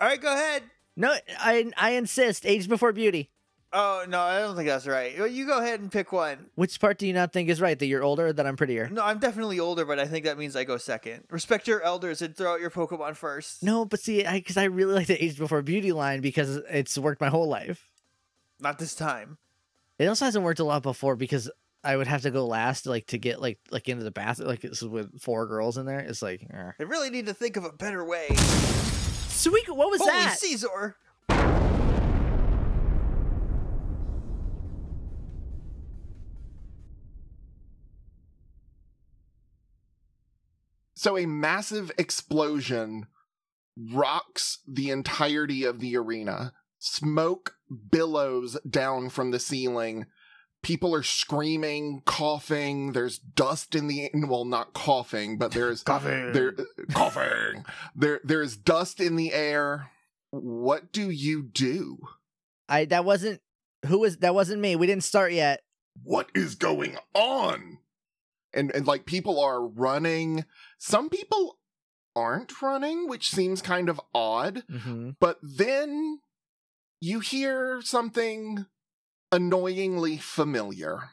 Speaker 3: All right, go ahead.
Speaker 2: No, I I insist. Age before beauty.
Speaker 3: Oh no, I don't think that's right. Well, You go ahead and pick one.
Speaker 2: Which part do you not think is right? That you're older, or that I'm prettier?
Speaker 3: No, I'm definitely older, but I think that means I go second. Respect your elders and throw out your Pokemon first.
Speaker 2: No, but see, because I, really like the age before beauty line because it's worked my whole life.
Speaker 3: Not this time.
Speaker 2: It also hasn't worked a lot before because I would have to go last, like to get like like into the bathroom, like this is with four girls in there. It's like, eh.
Speaker 3: They really need to think of a better way.
Speaker 2: Suika, what was
Speaker 3: Holy
Speaker 2: that?
Speaker 3: Caesar!
Speaker 1: So a massive explosion rocks the entirety of the arena. Smoke billows down from the ceiling. People are screaming, coughing. There's dust in the well, not coughing, but there's
Speaker 3: Coughing.
Speaker 1: There, coughing. There, there's dust in the air. What do you do?
Speaker 2: I that wasn't who was that wasn't me. We didn't start yet.
Speaker 1: what is going on? And and like people are running. Some people aren't running, which seems kind of odd.
Speaker 2: Mm-hmm.
Speaker 1: But then you hear something annoyingly familiar.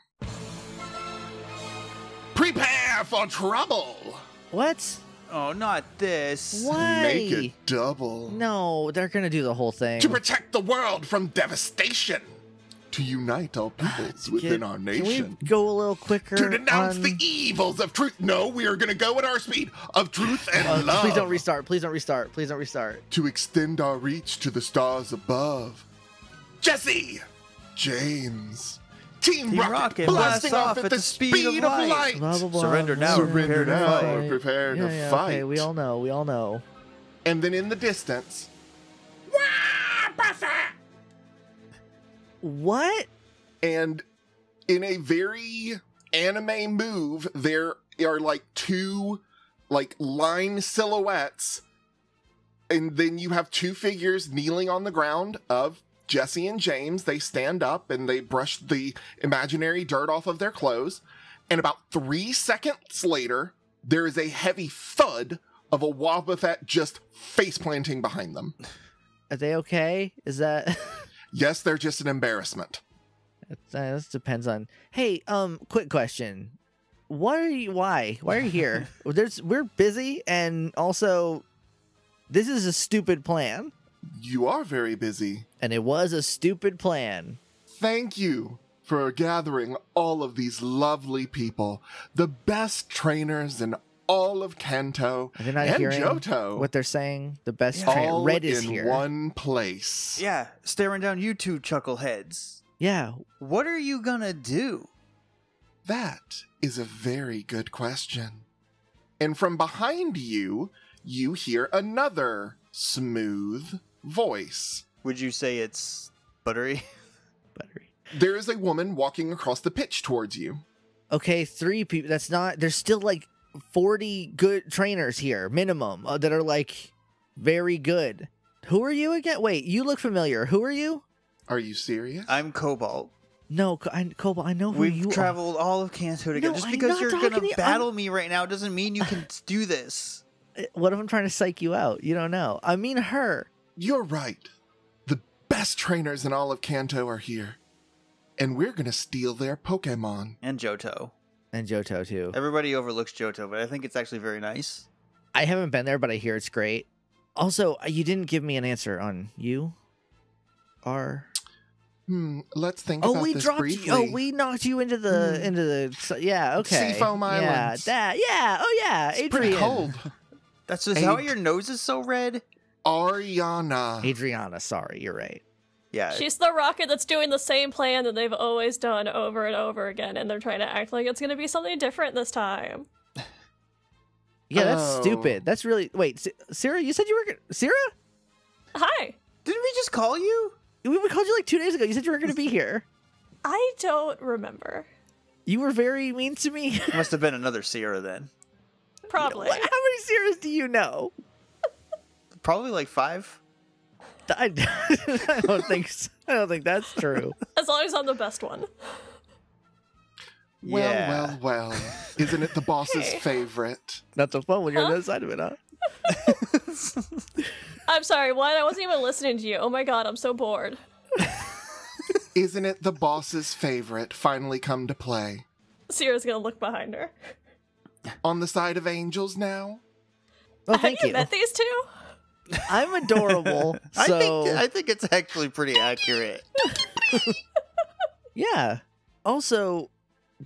Speaker 1: Prepare for trouble.
Speaker 2: What?
Speaker 3: Oh, not this.
Speaker 2: Why?
Speaker 1: Make it double.
Speaker 2: No, they're gonna do the whole thing.
Speaker 1: To protect the world from devastation. To unite all peoples within
Speaker 2: Kid,
Speaker 1: our
Speaker 2: Can we
Speaker 1: nation.
Speaker 2: go a little quicker?
Speaker 1: to denounce
Speaker 2: on-
Speaker 1: the evils of truth. No, we are going to go at our speed of truth and
Speaker 2: Uh,
Speaker 1: love.
Speaker 2: please don't restart. Please don't restart. Please don't restart.
Speaker 1: To extend our reach to the stars above. Jesse, James, Team,
Speaker 3: Team
Speaker 1: Rocket,
Speaker 3: Rocket
Speaker 1: blasting
Speaker 3: blasts
Speaker 1: off at the speed, of, light.
Speaker 2: Blah, blah, blah,
Speaker 3: Surrender
Speaker 2: blah,
Speaker 3: now,
Speaker 2: blah,
Speaker 1: Surrender
Speaker 3: prepare to
Speaker 2: blah,
Speaker 1: now,
Speaker 2: blah,
Speaker 1: or
Speaker 2: blah.
Speaker 1: prepare
Speaker 2: yeah,
Speaker 1: to
Speaker 2: yeah,
Speaker 1: fight.
Speaker 2: Okay, we all know. We all know.
Speaker 1: And then in the distance, "Wah, Buffer!"
Speaker 2: What?
Speaker 1: and in a very anime move there are like two like line silhouettes and then you have two figures kneeling on the ground of Jesse and James they stand up and they brush the imaginary dirt off of their clothes and about 3 seconds later there is a heavy thud of a Wobbuffet just face planting behind them.
Speaker 2: Are they okay? Is that?
Speaker 1: Yes, they're just an embarrassment.
Speaker 2: That's- uh, this depends on. Hey, um, quick question. What are you? Why? Why are you here? There's we're busy, and also, this is a stupid plan,
Speaker 1: You are very busy.
Speaker 2: and it was a stupid plan.
Speaker 1: Thank you for gathering all of these lovely people, the best trainers in all of Kanto
Speaker 2: They're not
Speaker 1: and
Speaker 2: hearing
Speaker 1: Johto,
Speaker 2: what they're saying. The best
Speaker 3: Yeah.
Speaker 2: train.
Speaker 1: all
Speaker 2: Red is
Speaker 1: in
Speaker 2: here.
Speaker 1: one place.
Speaker 3: Yeah, staring down you two chuckleheads.
Speaker 2: Yeah.
Speaker 3: What are you gonna do?
Speaker 1: That is a very good question. And from behind you, you hear another smooth voice.
Speaker 3: Would you say it's buttery?
Speaker 2: Buttery.
Speaker 1: There is a woman walking across the pitch towards you.
Speaker 2: Okay, three people. That's not. There's still like 40 good trainers here, minimum, uh, that are like very good. Who are you again? Wait, you look familiar. Who are you?
Speaker 1: Are you serious?
Speaker 3: I'm Cobalt.
Speaker 2: No, Co- I, Cobalt, I know who
Speaker 3: We've
Speaker 2: you are.
Speaker 3: traveled all of Kanto together.
Speaker 2: No,
Speaker 3: Just
Speaker 2: I'm
Speaker 3: because
Speaker 2: not
Speaker 3: you're
Speaker 2: talking
Speaker 3: gonna
Speaker 2: to you. I'm-
Speaker 3: battle me right now doesn't mean you can do this.
Speaker 2: Uh, What if I'm trying to psych you out? You don't know. I mean her.
Speaker 1: You're right. The best trainers in all of Kanto are here. And we're going to steal their Pokemon.
Speaker 3: And Johto.
Speaker 2: And Johto, too.
Speaker 3: Everybody overlooks Johto, but I think it's actually very nice.
Speaker 2: I haven't been there, but I hear it's great. Also, uh, you didn't give me an answer on you. Are
Speaker 1: Hmm, let's think
Speaker 2: oh
Speaker 1: about
Speaker 2: we
Speaker 1: this
Speaker 2: dropped
Speaker 1: briefly.
Speaker 2: you. Oh, we knocked you into the
Speaker 1: Hmm.
Speaker 2: into the so- yeah okay
Speaker 1: Seafoam
Speaker 2: yeah
Speaker 1: Islands.
Speaker 2: that yeah oh yeah
Speaker 1: it's
Speaker 2: Adrian
Speaker 1: pretty cold.
Speaker 3: That's just how
Speaker 1: Eight.
Speaker 3: your nose is so red.
Speaker 1: Ariana.
Speaker 2: Adriana sorry you're right
Speaker 3: Yeah.
Speaker 5: She's the rocket that's doing the same plan that they've always done over and over again, and they're trying to act like it's going to be something different this time.
Speaker 2: yeah that's
Speaker 1: Oh.
Speaker 2: stupid that's really wait Si- Sarah you said you were gonna Sarah
Speaker 5: Hi.
Speaker 3: Didn't we just call you?
Speaker 2: we we called you like two days ago you said you were gonna be here
Speaker 5: I don't remember.
Speaker 2: you were very mean to me
Speaker 3: Must have been another Sierra then.
Speaker 5: Probably.
Speaker 2: how many Sarahs do you know
Speaker 3: Probably like five.
Speaker 2: I, I don't think so. I don't think that's true
Speaker 5: As long as I'm the best one.
Speaker 1: Well,
Speaker 3: yeah.
Speaker 1: well, well. Isn't it the boss's
Speaker 5: Hey.
Speaker 1: favorite?
Speaker 2: not so fun when you're on the
Speaker 5: Huh?
Speaker 2: other side of it huh
Speaker 5: I'm sorry, what? I wasn't even listening to you. Oh my god, I'm so bored.
Speaker 1: Isn't it the boss's favorite finally come to play?
Speaker 5: Sierra's going to look behind her.
Speaker 1: On the side of angels now? Oh,
Speaker 2: well
Speaker 5: Have
Speaker 2: thank
Speaker 5: you,
Speaker 2: you
Speaker 5: met these two?
Speaker 2: I'm adorable so
Speaker 3: I think I think it's actually pretty accurate.
Speaker 2: Yeah. Also,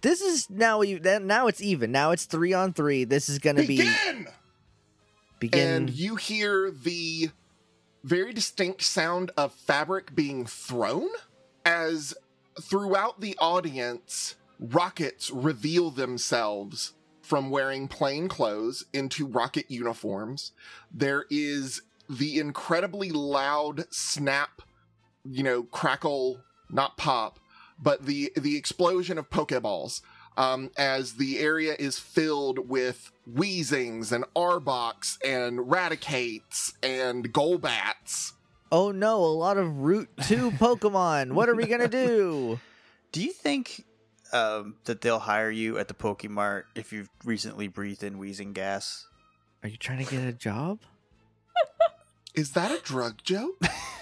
Speaker 2: this is now you then now it's even. Now it's three on three. This is gonna be
Speaker 1: Begin!
Speaker 2: begin.
Speaker 1: And you hear the very distinct sound of fabric being thrown as throughout the audience, rockets reveal themselves from wearing plain clothes into rocket uniforms. There is the incredibly loud snap, you know, crackle, not pop, but the the explosion of pokeballs um, as the area is filled with Wheezings and Arbox and Raticates and Golbats.
Speaker 2: oh no, a lot of Route Two Pokemon. What are we gonna do?
Speaker 3: Do you think um, that they'll hire you at the Pokemart if you've recently breathed in wheezing gas?
Speaker 2: Are you trying to get a job?
Speaker 1: Is that a drug joke?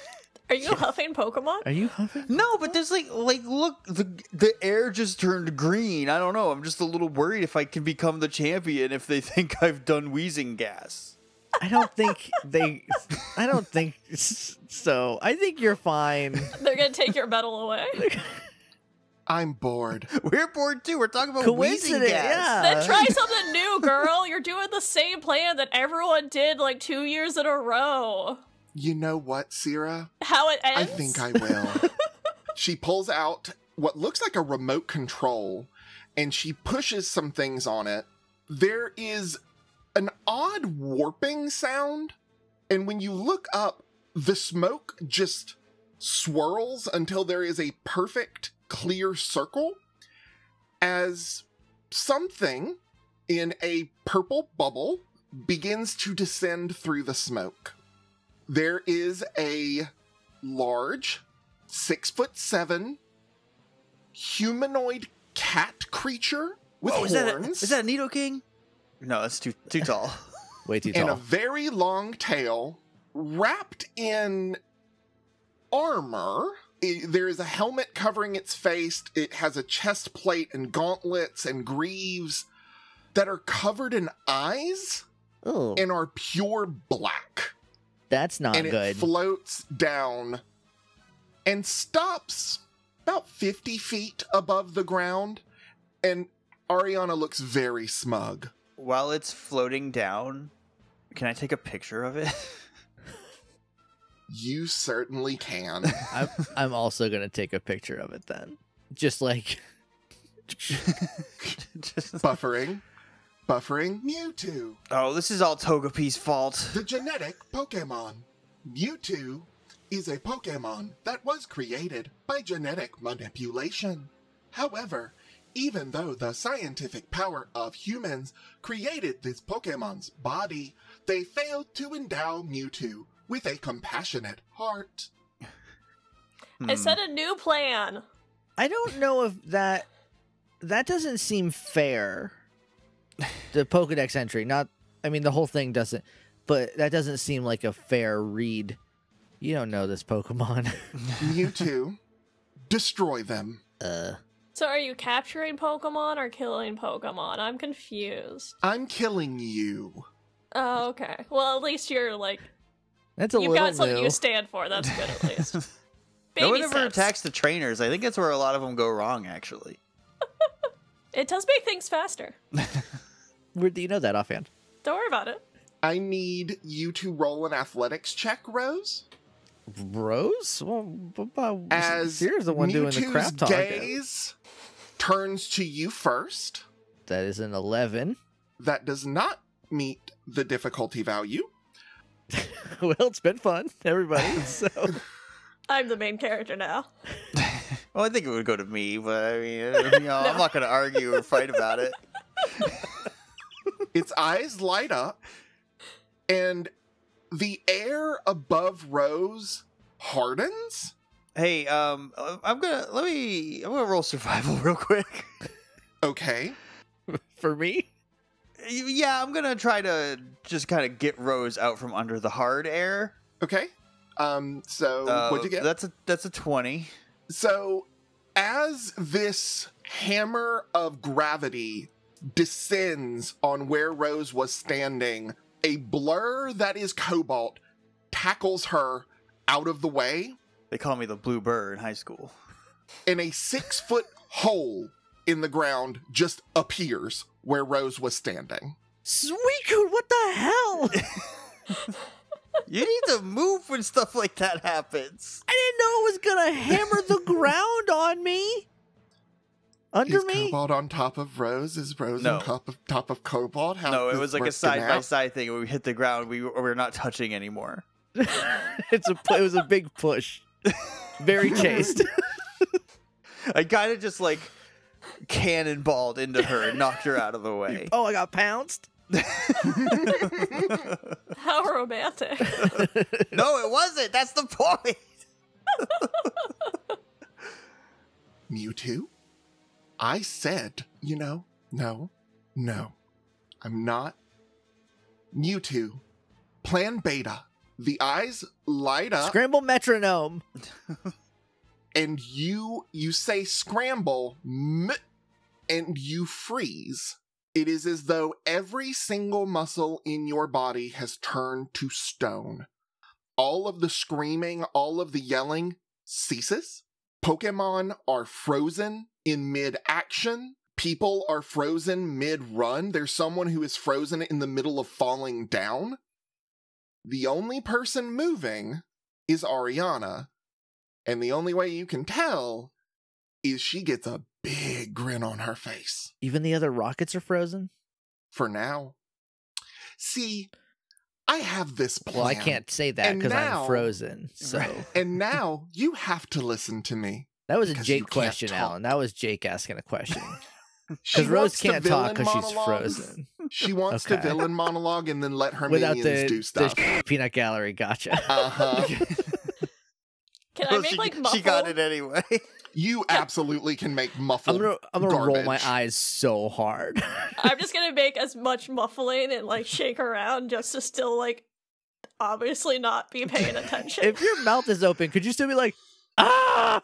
Speaker 5: Are you huffing Pokemon?
Speaker 2: Are you huffing?
Speaker 3: No, but there's like like look the the air just turned green. I don't know. I'm just a little worried if I can become the champion if they think I've done wheezing gas.
Speaker 2: I don't think they. I don't think s- so. I think you're fine.
Speaker 5: They're going to take your medal away.
Speaker 1: I'm bored.
Speaker 3: We're bored too. We're talking about wheezing
Speaker 2: Coincidence?
Speaker 3: gas.
Speaker 1: Uh.
Speaker 2: Yeah.
Speaker 5: Then try something new, girl. You're doing the same plan that everyone did like two years in a row.
Speaker 1: You know what, Sierra?
Speaker 5: How it
Speaker 1: I
Speaker 5: ends?
Speaker 1: think I will. she pulls out what looks like a remote control and she pushes some things on it. There is an odd warping sound. And when you look up, the smoke just swirls until there is a perfect clear circle as something in a purple bubble begins to descend through the smoke. There is a large, six foot seven, humanoid cat creature with
Speaker 3: Oh, is
Speaker 1: horns
Speaker 3: that a, is that a Nido King? No, that's too too tall.
Speaker 2: Way too
Speaker 1: and a
Speaker 2: tall.
Speaker 1: very long tail wrapped in armor. I- There is a helmet covering its face. It has a chest plate and gauntlets and greaves that are covered in eyes
Speaker 2: Oh,
Speaker 1: and are pure black
Speaker 2: that's not
Speaker 1: and it
Speaker 2: good.
Speaker 1: floats down and stops about 50 feet above the ground, and Ariana looks very smug.
Speaker 3: While it's floating down, can I take a picture of it?
Speaker 1: You certainly can.
Speaker 2: I'm, I'm also gonna take a picture of it then. Just like
Speaker 3: Just-
Speaker 1: buffering. Buffering. Mewtwo,
Speaker 3: oh, this is all Togepi's fault.
Speaker 1: the genetic Pokemon. Mewtwo is a Pokemon that was created by genetic manipulation. However, even though the scientific power of humans created this Pokemon's body, they failed to endow Mewtwo with a compassionate heart.
Speaker 3: Hmm.
Speaker 5: I said a new plan.
Speaker 2: I don't know if that that doesn't seem fair. The Pokedex entry, not I mean the whole thing doesn't, but that doesn't seem like a fair read. You don't know this Pokemon.
Speaker 1: Mewtwo, destroy them.
Speaker 2: Uh,
Speaker 5: So are you capturing Pokemon or killing Pokemon? I'm confused.
Speaker 1: I'm killing you.
Speaker 5: Oh, okay. Well, at least you're like
Speaker 2: that's a
Speaker 5: you've
Speaker 2: little
Speaker 5: got something
Speaker 2: new.
Speaker 5: you stand for. That's good at least. Baby
Speaker 3: no one ever
Speaker 5: steps.
Speaker 3: attacks the trainers. I think that's where a lot of them go wrong, actually.
Speaker 5: It does make things faster.
Speaker 2: Where do you know that offhand?
Speaker 5: Don't worry about it.
Speaker 1: I need you to roll an athletics check, Rose.
Speaker 2: Rose? Well, b- b-
Speaker 1: As
Speaker 2: Sierra's the one
Speaker 1: Mewtwo's
Speaker 2: doing the crap talk.
Speaker 1: gaze turns to you first.
Speaker 2: That is an eleven.
Speaker 1: That does not meet the difficulty value.
Speaker 2: well, it's been fun, everybody. So
Speaker 5: I'm the main character now.
Speaker 3: Well, I think it would go to me, but I mean, you know, I'm not going to argue or fight about it.
Speaker 1: Its eyes light up, and the air above Rose hardens.
Speaker 3: Hey, um, I'm gonna let me. I'm gonna roll survival real quick.
Speaker 1: Okay.
Speaker 2: for me,
Speaker 3: Yeah, I'm gonna try to just kind of get Rose out from under the hard air.
Speaker 1: Okay. Um, so
Speaker 3: Uh,
Speaker 1: what'd you get?
Speaker 3: That's a that's a twenty.
Speaker 1: So, as this hammer of gravity descends on where Rose was standing, a blur that is Cobalt tackles her out of the way
Speaker 3: They call me the blue bird in high school.
Speaker 1: and a six foot hole in the ground just appears where Rose was standing.
Speaker 2: Suicune, what the hell?
Speaker 3: You need to move when stuff like that happens.
Speaker 2: I didn't know it was gonna hammer the ground on me. Under
Speaker 1: is
Speaker 2: me?
Speaker 1: Cobalt on top of Rose? Is Rose
Speaker 3: No.
Speaker 1: on top of top of Cobalt? How's
Speaker 3: no, it
Speaker 1: this
Speaker 3: was like a
Speaker 1: working
Speaker 3: side by
Speaker 1: out?
Speaker 3: side thing. When we hit the ground, we we we're not touching anymore.
Speaker 2: it's a pu- it was a big push. Very chaste.
Speaker 3: I kind of just like cannonballed into her and knocked her out of the way.
Speaker 2: oh, I got pounced.
Speaker 5: How romantic.
Speaker 3: no, it wasn't. That's the point.
Speaker 1: Mewtwo? I said, you know, no, no, I'm not. Mewtwo, Plan Beta. The eyes light up,
Speaker 2: Scramble metronome.
Speaker 1: and you you say scramble, m- and you freeze. It is as though every single muscle in your body has turned to stone. All of the screaming, all of the yelling ceases. Pokemon are frozen in mid action. People are frozen mid run. There's someone who is frozen in the middle of falling down. The only person moving is Ariana. And the only way you can tell is she gets a big grin on her face
Speaker 2: Even the other rockets are frozen.
Speaker 1: for now. See, I have this plan.
Speaker 2: Well, I can't say that
Speaker 1: And
Speaker 2: because
Speaker 1: now-
Speaker 2: I'm frozen. So
Speaker 3: Right.
Speaker 1: And now you have to listen to me.
Speaker 2: that was a
Speaker 1: 'Cause you
Speaker 2: Jake
Speaker 1: can't
Speaker 2: question,
Speaker 1: talk.
Speaker 2: Alan. That was Jake asking a question.
Speaker 1: She
Speaker 2: Because Rose
Speaker 1: wants to
Speaker 2: can't talk
Speaker 1: villain
Speaker 2: because she's
Speaker 1: monologues.
Speaker 2: frozen.
Speaker 1: She wants to
Speaker 2: Okay.
Speaker 1: villain monologue and then let her
Speaker 2: Without
Speaker 1: minions
Speaker 2: the,
Speaker 1: do
Speaker 2: the
Speaker 1: stuff.
Speaker 2: peanut gallery, gotcha.
Speaker 1: uh-huh.
Speaker 5: Can
Speaker 3: Well,
Speaker 5: I make
Speaker 3: Oh, she,
Speaker 5: like
Speaker 3: she
Speaker 5: muffle?
Speaker 3: got it anyway.
Speaker 1: You absolutely can make muffled.
Speaker 2: I'm gonna I'm gonna roll my
Speaker 1: garbage.
Speaker 2: eyes so hard.
Speaker 5: I'm just gonna make as much muffling and like shake around just to still like obviously not be paying attention.
Speaker 2: if your mouth is open, could you still be like, ah?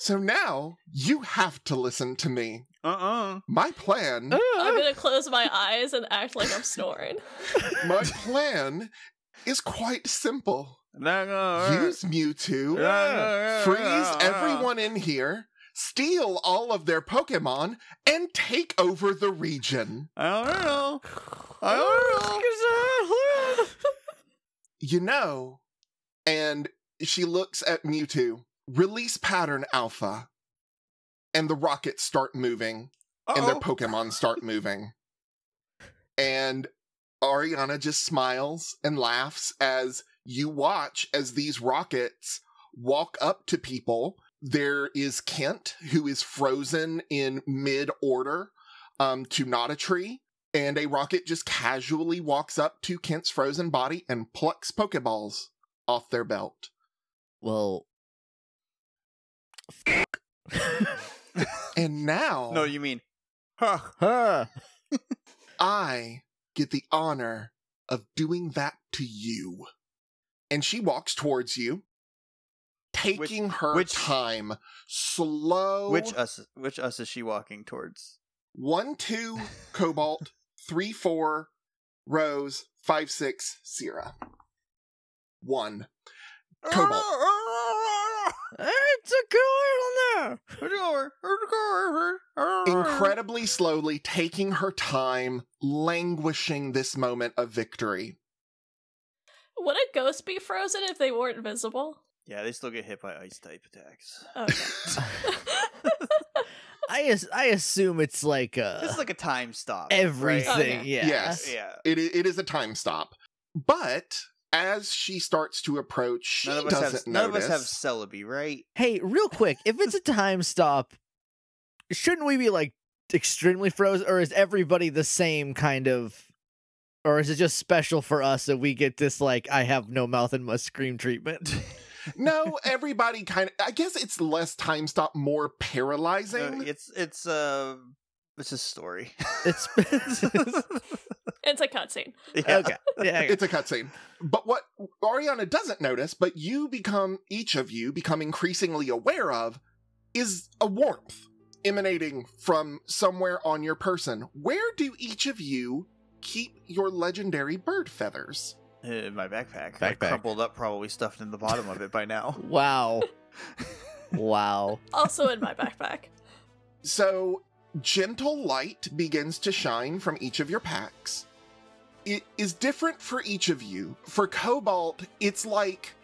Speaker 1: So now you have to listen to me.
Speaker 3: Uh-uh.
Speaker 1: My plan,
Speaker 5: I'm gonna close my eyes and act like I'm snoring.
Speaker 1: my plan is quite simple.
Speaker 3: Nah, nah, nah.
Speaker 1: Use Mewtwo.
Speaker 3: Nah, nah, nah,
Speaker 1: freeze
Speaker 3: nah, nah.
Speaker 1: everyone in here, steal all of their Pokemon, and take over the region.
Speaker 3: I don't know. I don't know.
Speaker 1: You know, and she looks at Mewtwo, release pattern alpha, and the rockets start moving, and their
Speaker 3: Uh-oh.
Speaker 1: Pokemon start moving. And Ariana just smiles and laughs as you watch as these rockets walk up to people. There is Kent, who is frozen in mid order um, to not a tree, and a rocket just casually walks up to Kent's frozen body and plucks Pokeballs off their belt.
Speaker 2: Well.
Speaker 1: And now
Speaker 3: No, you mean. Huh.
Speaker 2: Huh.
Speaker 1: I get the honor of doing that to you. And she walks towards you, taking her
Speaker 3: which-
Speaker 1: time, slow.
Speaker 3: Which uh, us which us is she walking towards?
Speaker 1: one, two, Cobalt, three, four, Rose, five, six, Sierra. One. Cobalt.
Speaker 2: It's a girl now.
Speaker 1: Incredibly slowly, taking her time, languishing this moment of victory.
Speaker 5: Would a ghost be frozen if they weren't visible?
Speaker 3: Yeah, they still get hit by ice type attacks.
Speaker 5: Okay.
Speaker 2: I as- I assume it's like uh
Speaker 3: It's like a time stop. right?
Speaker 2: everything.
Speaker 5: Okay.
Speaker 2: Yeah.
Speaker 1: Yes.
Speaker 3: Yeah.
Speaker 1: It, i- it is a time stop. But as she starts to approach, she
Speaker 3: None of us
Speaker 1: doesn't
Speaker 3: have none of
Speaker 1: notice.
Speaker 3: us have Celebi, right?
Speaker 2: Hey, real quick, if it's a time stop, shouldn't we be like extremely frozen, or is everybody the same kind of, or is it just special for us that we get this like I have no mouth and must scream treatment?
Speaker 1: no, everybody kind of. I guess it's less time stop, more
Speaker 3: No,
Speaker 1: paralyzing.
Speaker 3: Uh, it's it's uh it's a story.
Speaker 2: It's,
Speaker 5: it's a cutscene.
Speaker 3: Yeah.
Speaker 2: okay. Yeah. okay.
Speaker 1: it's a cutscene. But what Ariana doesn't notice, but you become, each of you become increasingly aware of, is a warmth emanating from somewhere on your person. Where do each of you keep your legendary bird feathers?
Speaker 3: In Uh, my backpack.
Speaker 2: Backpack.
Speaker 3: Like, crumpled up, probably stuffed in the bottom of it by now.
Speaker 2: Wow. wow.
Speaker 5: Also in my backpack.
Speaker 1: So, gentle light begins to shine from each of your packs. It is different for each of you. For Cobalt, it's like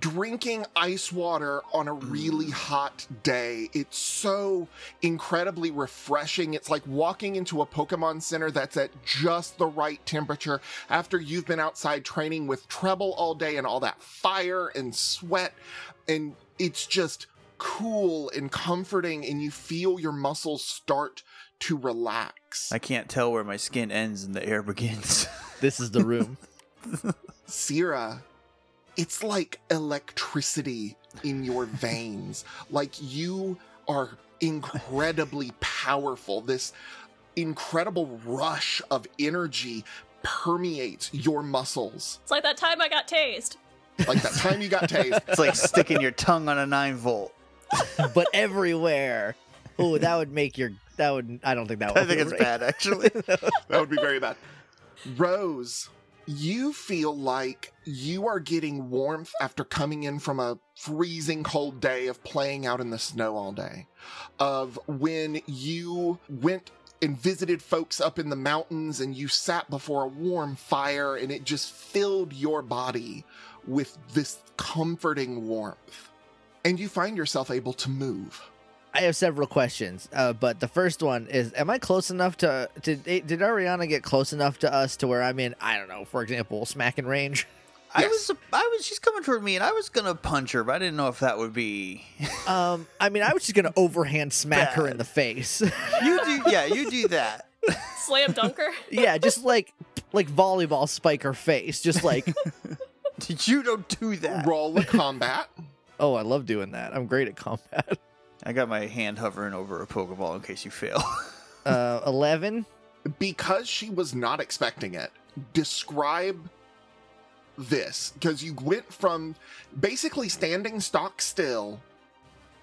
Speaker 1: drinking ice water on a really hot day. It's so incredibly refreshing. It's like walking into a Pokemon Center that's at just the right temperature after you've been outside training with Treble all day and all that fire and sweat. And it's just cool and comforting, and you feel your muscles start to relax.
Speaker 3: I can't tell where my skin ends and the air begins.
Speaker 2: This is the room.
Speaker 1: Sierra, it's like electricity in your veins. Like you are incredibly powerful. This incredible rush of energy permeates your muscles.
Speaker 5: It's like that time I got tased.
Speaker 1: Like that time you got tased.
Speaker 3: it's like sticking your tongue on a nine volt.
Speaker 2: but everywhere. Oh, that would make your that would I don't think that would
Speaker 3: I think
Speaker 2: be
Speaker 3: it's
Speaker 2: right.
Speaker 3: bad actually.
Speaker 1: Oh, That would be very bad. Rose, you feel like you are getting warmth after coming in from a freezing cold day of playing out in the snow all day, of when you went and visited folks up in the mountains and you sat before a warm fire and it just filled your body with this comforting warmth. And you find yourself able to move.
Speaker 2: I have several questions, uh, but the first one is: Am I close enough to did eh, did Ariana get close enough to us to where I'm in? I don't know. For example, smacking range.
Speaker 3: I
Speaker 1: Yes.
Speaker 3: was I was she's coming toward me and I was gonna punch her, but I didn't know if that would be
Speaker 2: Um, I mean, I was just gonna overhand smack her in the face.
Speaker 3: You do yeah, you do that.
Speaker 5: Slam dunker.
Speaker 2: yeah, just like like volleyball spike her face. Just like
Speaker 3: You don't do that.
Speaker 1: Roll a combat.
Speaker 2: oh, I love doing that. I'm great at combat.
Speaker 3: I got my hand hovering over a Pokeball in case you fail.
Speaker 2: Uh, Eleven.
Speaker 1: because she was not expecting it, describe this because you went from basically standing stock still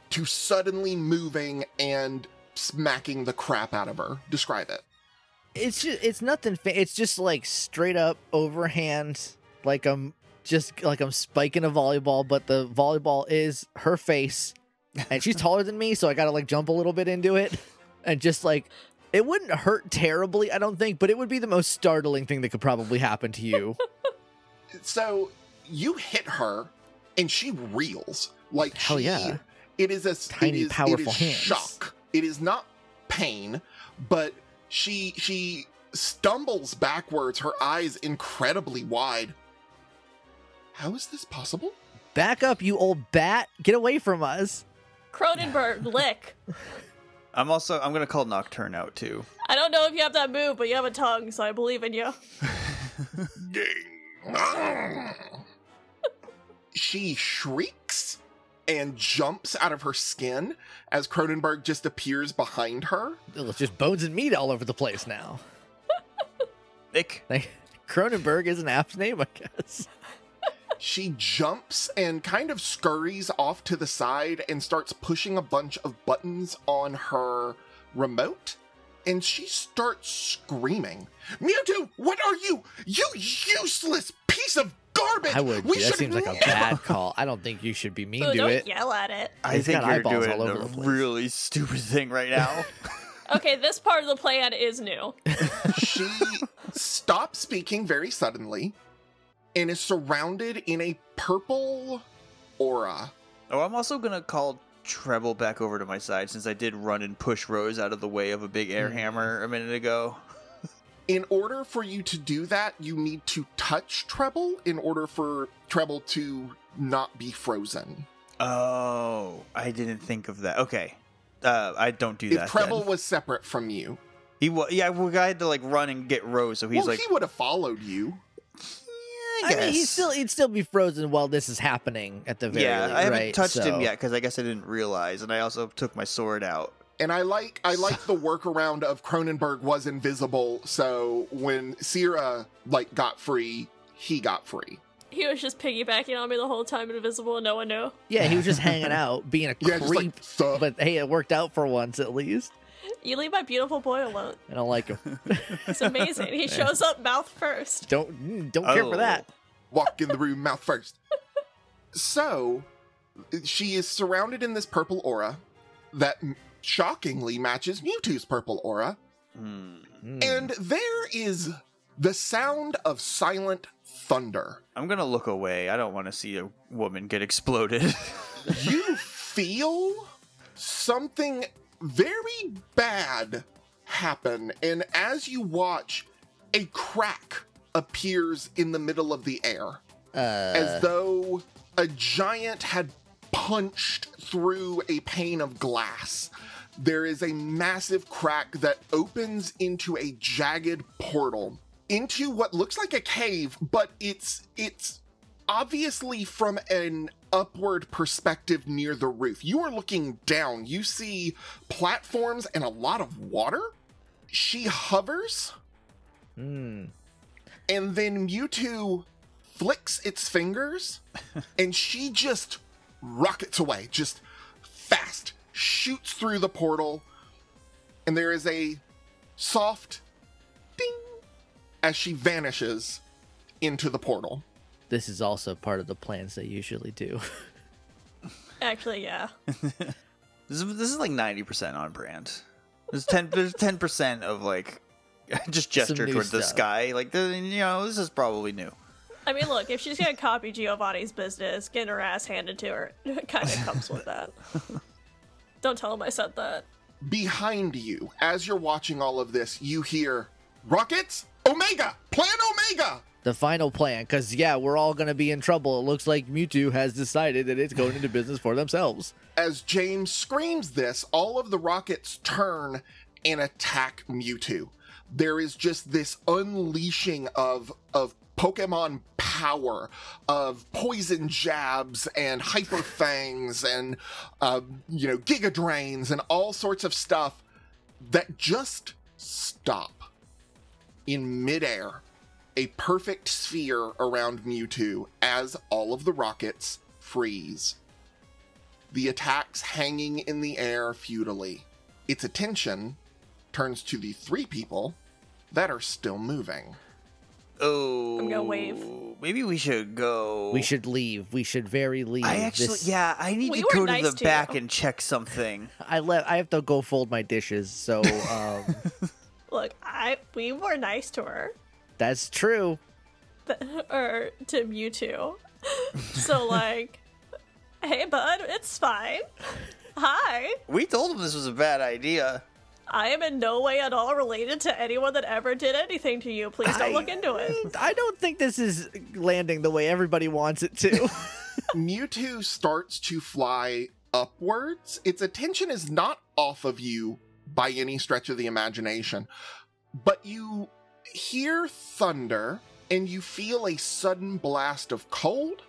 Speaker 1: to suddenly moving and smacking the crap out of her. Describe it.
Speaker 2: It's just it's nothing. Fa- it's just like straight up overhand, like I'm just like I'm spiking a volleyball, but the volleyball is her face, and she's taller than me, so I gotta like jump a little bit into it, and just like it wouldn't hurt terribly, I don't think, but it would be the most startling thing that could probably happen to you.
Speaker 1: So you hit her and she reels. Like
Speaker 2: Hell
Speaker 1: she-
Speaker 2: yeah.
Speaker 1: It is a s- it
Speaker 2: Tiny,
Speaker 1: is- it
Speaker 2: powerful
Speaker 1: is
Speaker 2: hands.
Speaker 1: shock. It is not pain, but she she stumbles backwards, her eyes incredibly wide. How is this possible?
Speaker 2: Back up, you old bat! Get away from us!
Speaker 5: Cronenberg, lick.
Speaker 3: I'm also I'm gonna call Nocturne out too.
Speaker 5: I don't know if you have that move, but you have a tongue, so I believe in you.
Speaker 1: she shrieks and jumps out of her skin as Cronenberg just appears behind her.
Speaker 2: It's just bones and meat all over the place now.
Speaker 3: Ick.
Speaker 2: Like, Cronenberg is an apt name, I guess.
Speaker 1: She jumps and kind of scurries off to the side and starts pushing a bunch of buttons on her remote. And she starts screaming, Mewtwo, what are you? You useless piece of garbage!
Speaker 2: I would.
Speaker 1: We
Speaker 2: that
Speaker 1: should
Speaker 2: seems like a
Speaker 1: never-"
Speaker 2: bad call. I don't think you should be mean
Speaker 5: Ooh,
Speaker 2: to
Speaker 5: don't
Speaker 2: it.
Speaker 5: yell at it.
Speaker 3: I
Speaker 2: It's
Speaker 3: think
Speaker 2: got
Speaker 3: you're
Speaker 2: eyeballs
Speaker 3: doing
Speaker 2: all over
Speaker 3: a
Speaker 2: the place.
Speaker 3: really stupid thing right now.
Speaker 5: Okay, this part of the plan is new.
Speaker 1: she stops speaking very suddenly and is surrounded in a purple aura.
Speaker 3: oh, I'm also gonna call Treble back over to my side since I did run and push Rose out of the way of a big air
Speaker 2: Hmm.
Speaker 3: hammer a minute ago.
Speaker 1: In order for you to do that, you need to touch Treble in order for Treble to not be frozen.
Speaker 3: Oh, I didn't think of that. Okay. Uh, I don't do that.
Speaker 1: if Treble
Speaker 3: then.
Speaker 1: was separate from you,
Speaker 3: he wa- yeah, well, I had to like run and get Rose, so he's
Speaker 1: well,
Speaker 3: like,
Speaker 1: he would have followed you.
Speaker 3: "Yeah,
Speaker 2: I mean,
Speaker 3: guess."
Speaker 2: he'd still he'd still be frozen while this is happening at the very
Speaker 3: yeah,
Speaker 2: least,
Speaker 3: I haven't
Speaker 2: right?
Speaker 3: touched
Speaker 2: So-
Speaker 3: him yet because I guess I didn't realize, and I also took my sword out.
Speaker 1: And I like I like the workaround of Cronenberg was invisible, so when Sierra like got free, he got free.
Speaker 5: He was just piggybacking on me the whole time, invisible, and no one knew.
Speaker 2: Yeah, he was just hanging out, being a
Speaker 1: Yeah, just like
Speaker 2: creep.
Speaker 1: "Sup?"
Speaker 2: but hey, it worked out for once at least.
Speaker 5: You leave my beautiful boy alone.
Speaker 2: I don't like him.
Speaker 5: It's amazing. He shows up mouth first.
Speaker 2: Don't mm, don't care
Speaker 3: Oh.
Speaker 2: for that.
Speaker 1: walk in the room mouth first. So, she is surrounded in this purple aura that m- shockingly matches Mewtwo's purple aura,
Speaker 3: Hmm.
Speaker 2: Mm.
Speaker 1: and there is the sound of silent thunder.
Speaker 3: I'm gonna look away. I don't want to see a woman get exploded.
Speaker 1: You feel something very bad happen, and as you watch, a crack appears in the middle of the air.
Speaker 2: uh,
Speaker 1: as though a giant had punched through a pane of glass. There is a massive crack that opens into a jagged portal into what looks like a cave, but it's it's obviously from an upward perspective near the roof. You are looking down. You see platforms and a lot of water. She hovers
Speaker 2: mm.
Speaker 1: and then Mewtwo flicks its fingers, and she just rockets away, just fast, shoots through the portal, and there is a soft ding as she vanishes into the portal.
Speaker 2: This is also part of the plans they usually do.
Speaker 5: Actually, yeah.
Speaker 3: this, is, this is like 90% on brand. There's 10 there's 10% of like just gesture
Speaker 2: new
Speaker 3: towards the
Speaker 2: stuff.
Speaker 3: sky. Like the- you know, this is probably new.
Speaker 5: I mean, look, if she's gonna copy Giovanni's business, getting her ass handed to her kind of comes with that. Don't tell him I said that.
Speaker 1: Behind you, as you're watching all of this, you hear rockets, Omega, Plan Omega.
Speaker 2: the final plan, because yeah, we're all gonna be in trouble. It looks like Mewtwo has decided that it's going into business for themselves.
Speaker 1: As James screams this, all of the rockets turn and attack Mewtwo. There is just this unleashing of of Pokemon power, of poison jabs and hyper fangs and uh, you know Giga Drains and all sorts of stuff that just stop in midair. A perfect sphere around Mewtwo as all of the rockets freeze. the attacks hanging in the air futilely. Its attention turns to the three people that are still moving.
Speaker 3: Oh,
Speaker 5: gonna wave.
Speaker 3: Maybe we should go.
Speaker 2: We should leave. We should very leave.
Speaker 3: I actually,
Speaker 2: This-
Speaker 3: yeah, I need
Speaker 5: We
Speaker 3: to
Speaker 5: were
Speaker 3: go
Speaker 5: nice
Speaker 3: to the
Speaker 5: to
Speaker 3: back
Speaker 5: you.
Speaker 3: and check something.
Speaker 2: I let. I have to go fold my dishes. So um,
Speaker 5: Look, I we were nice to her,
Speaker 2: that's true.
Speaker 5: th- or to you two. So like, hey bud, it's fine. Hi,
Speaker 3: We told him this was a bad idea.
Speaker 5: I am in no way at all related to anyone that ever did anything to you. Please don't
Speaker 3: I-
Speaker 5: look into it.
Speaker 2: I don't think this is landing the way everybody wants it to.
Speaker 1: Mewtwo starts to fly upwards. Its attention is not off of you by any stretch of the imagination, but you hear thunder and you feel a sudden blast of cold,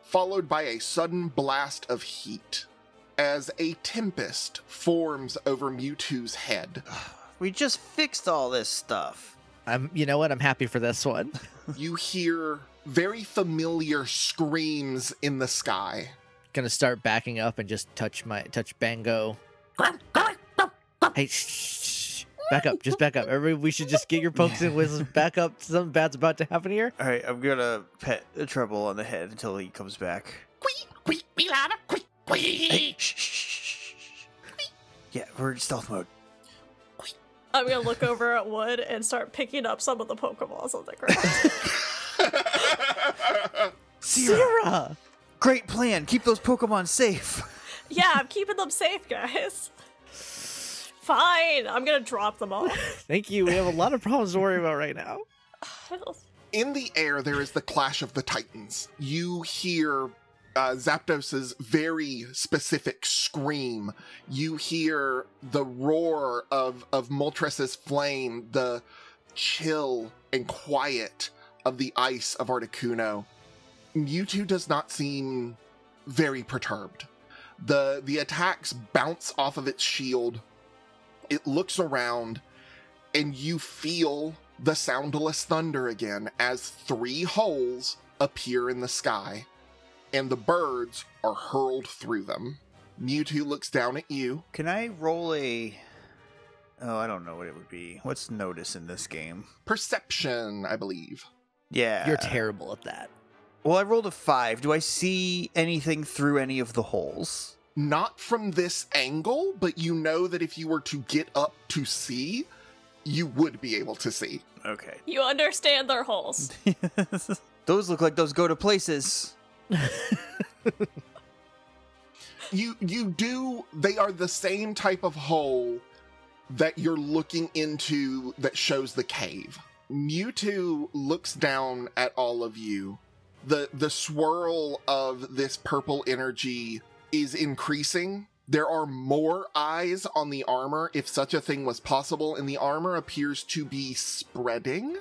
Speaker 1: followed by a sudden blast of heat as a tempest forms over Mewtwo's head.
Speaker 3: We just fixed all this stuff.
Speaker 2: I'm. You know what? I'm happy for this one.
Speaker 1: You hear very familiar screams in the sky.
Speaker 2: Gonna start backing up and just touch my touch Bango. Hey, shh, shh, shh. back up. Just back up. Everybody, we should just get your pokes and whistles. Back up. Something bad's about to happen here.
Speaker 3: All right, I'm gonna pet the treble on the head until he comes back. Hey, shh, shh, shh, shh, shh. Yeah, we're in stealth mode.
Speaker 5: I'm gonna look over at Wood and start picking up some of the Pokeballs on the ground.
Speaker 3: Sierra,
Speaker 2: Sarah.
Speaker 3: great plan. Keep those Pokemon safe.
Speaker 5: yeah, I'm keeping them safe, guys. Fine, I'm gonna drop them all.
Speaker 2: Thank you. We have a lot of problems to worry about right now.
Speaker 1: in the air there is the clash of the titans you hear uh, zapdos's very specific scream you hear the roar of of moltres's flame the chill and quiet of the ice of articuno mewtwo does not seem very perturbed the the attacks bounce off of its shield it looks around and you feel the soundless thunder again as three holes appear in the sky and the birds are hurled through them. Mewtwo looks down at you.
Speaker 3: Can I roll a? Oh, I don't know what it would be. What's notice in this game?
Speaker 1: Perception, I believe.
Speaker 3: Yeah,
Speaker 2: You're terrible at that.
Speaker 3: Well, I rolled a five. Do I see anything through any of the holes?
Speaker 1: Not from this angle, but you know that if you were to get up to see, you would be able to see.
Speaker 3: Okay.
Speaker 5: You understand their holes.
Speaker 3: those look like those go to places.
Speaker 1: you you do they are the same type of hole that you're looking into that shows the cave mewtwo looks down at all of you the the swirl of this purple energy is increasing there are more eyes on the armor if such a thing was possible and the armor appears to be spreading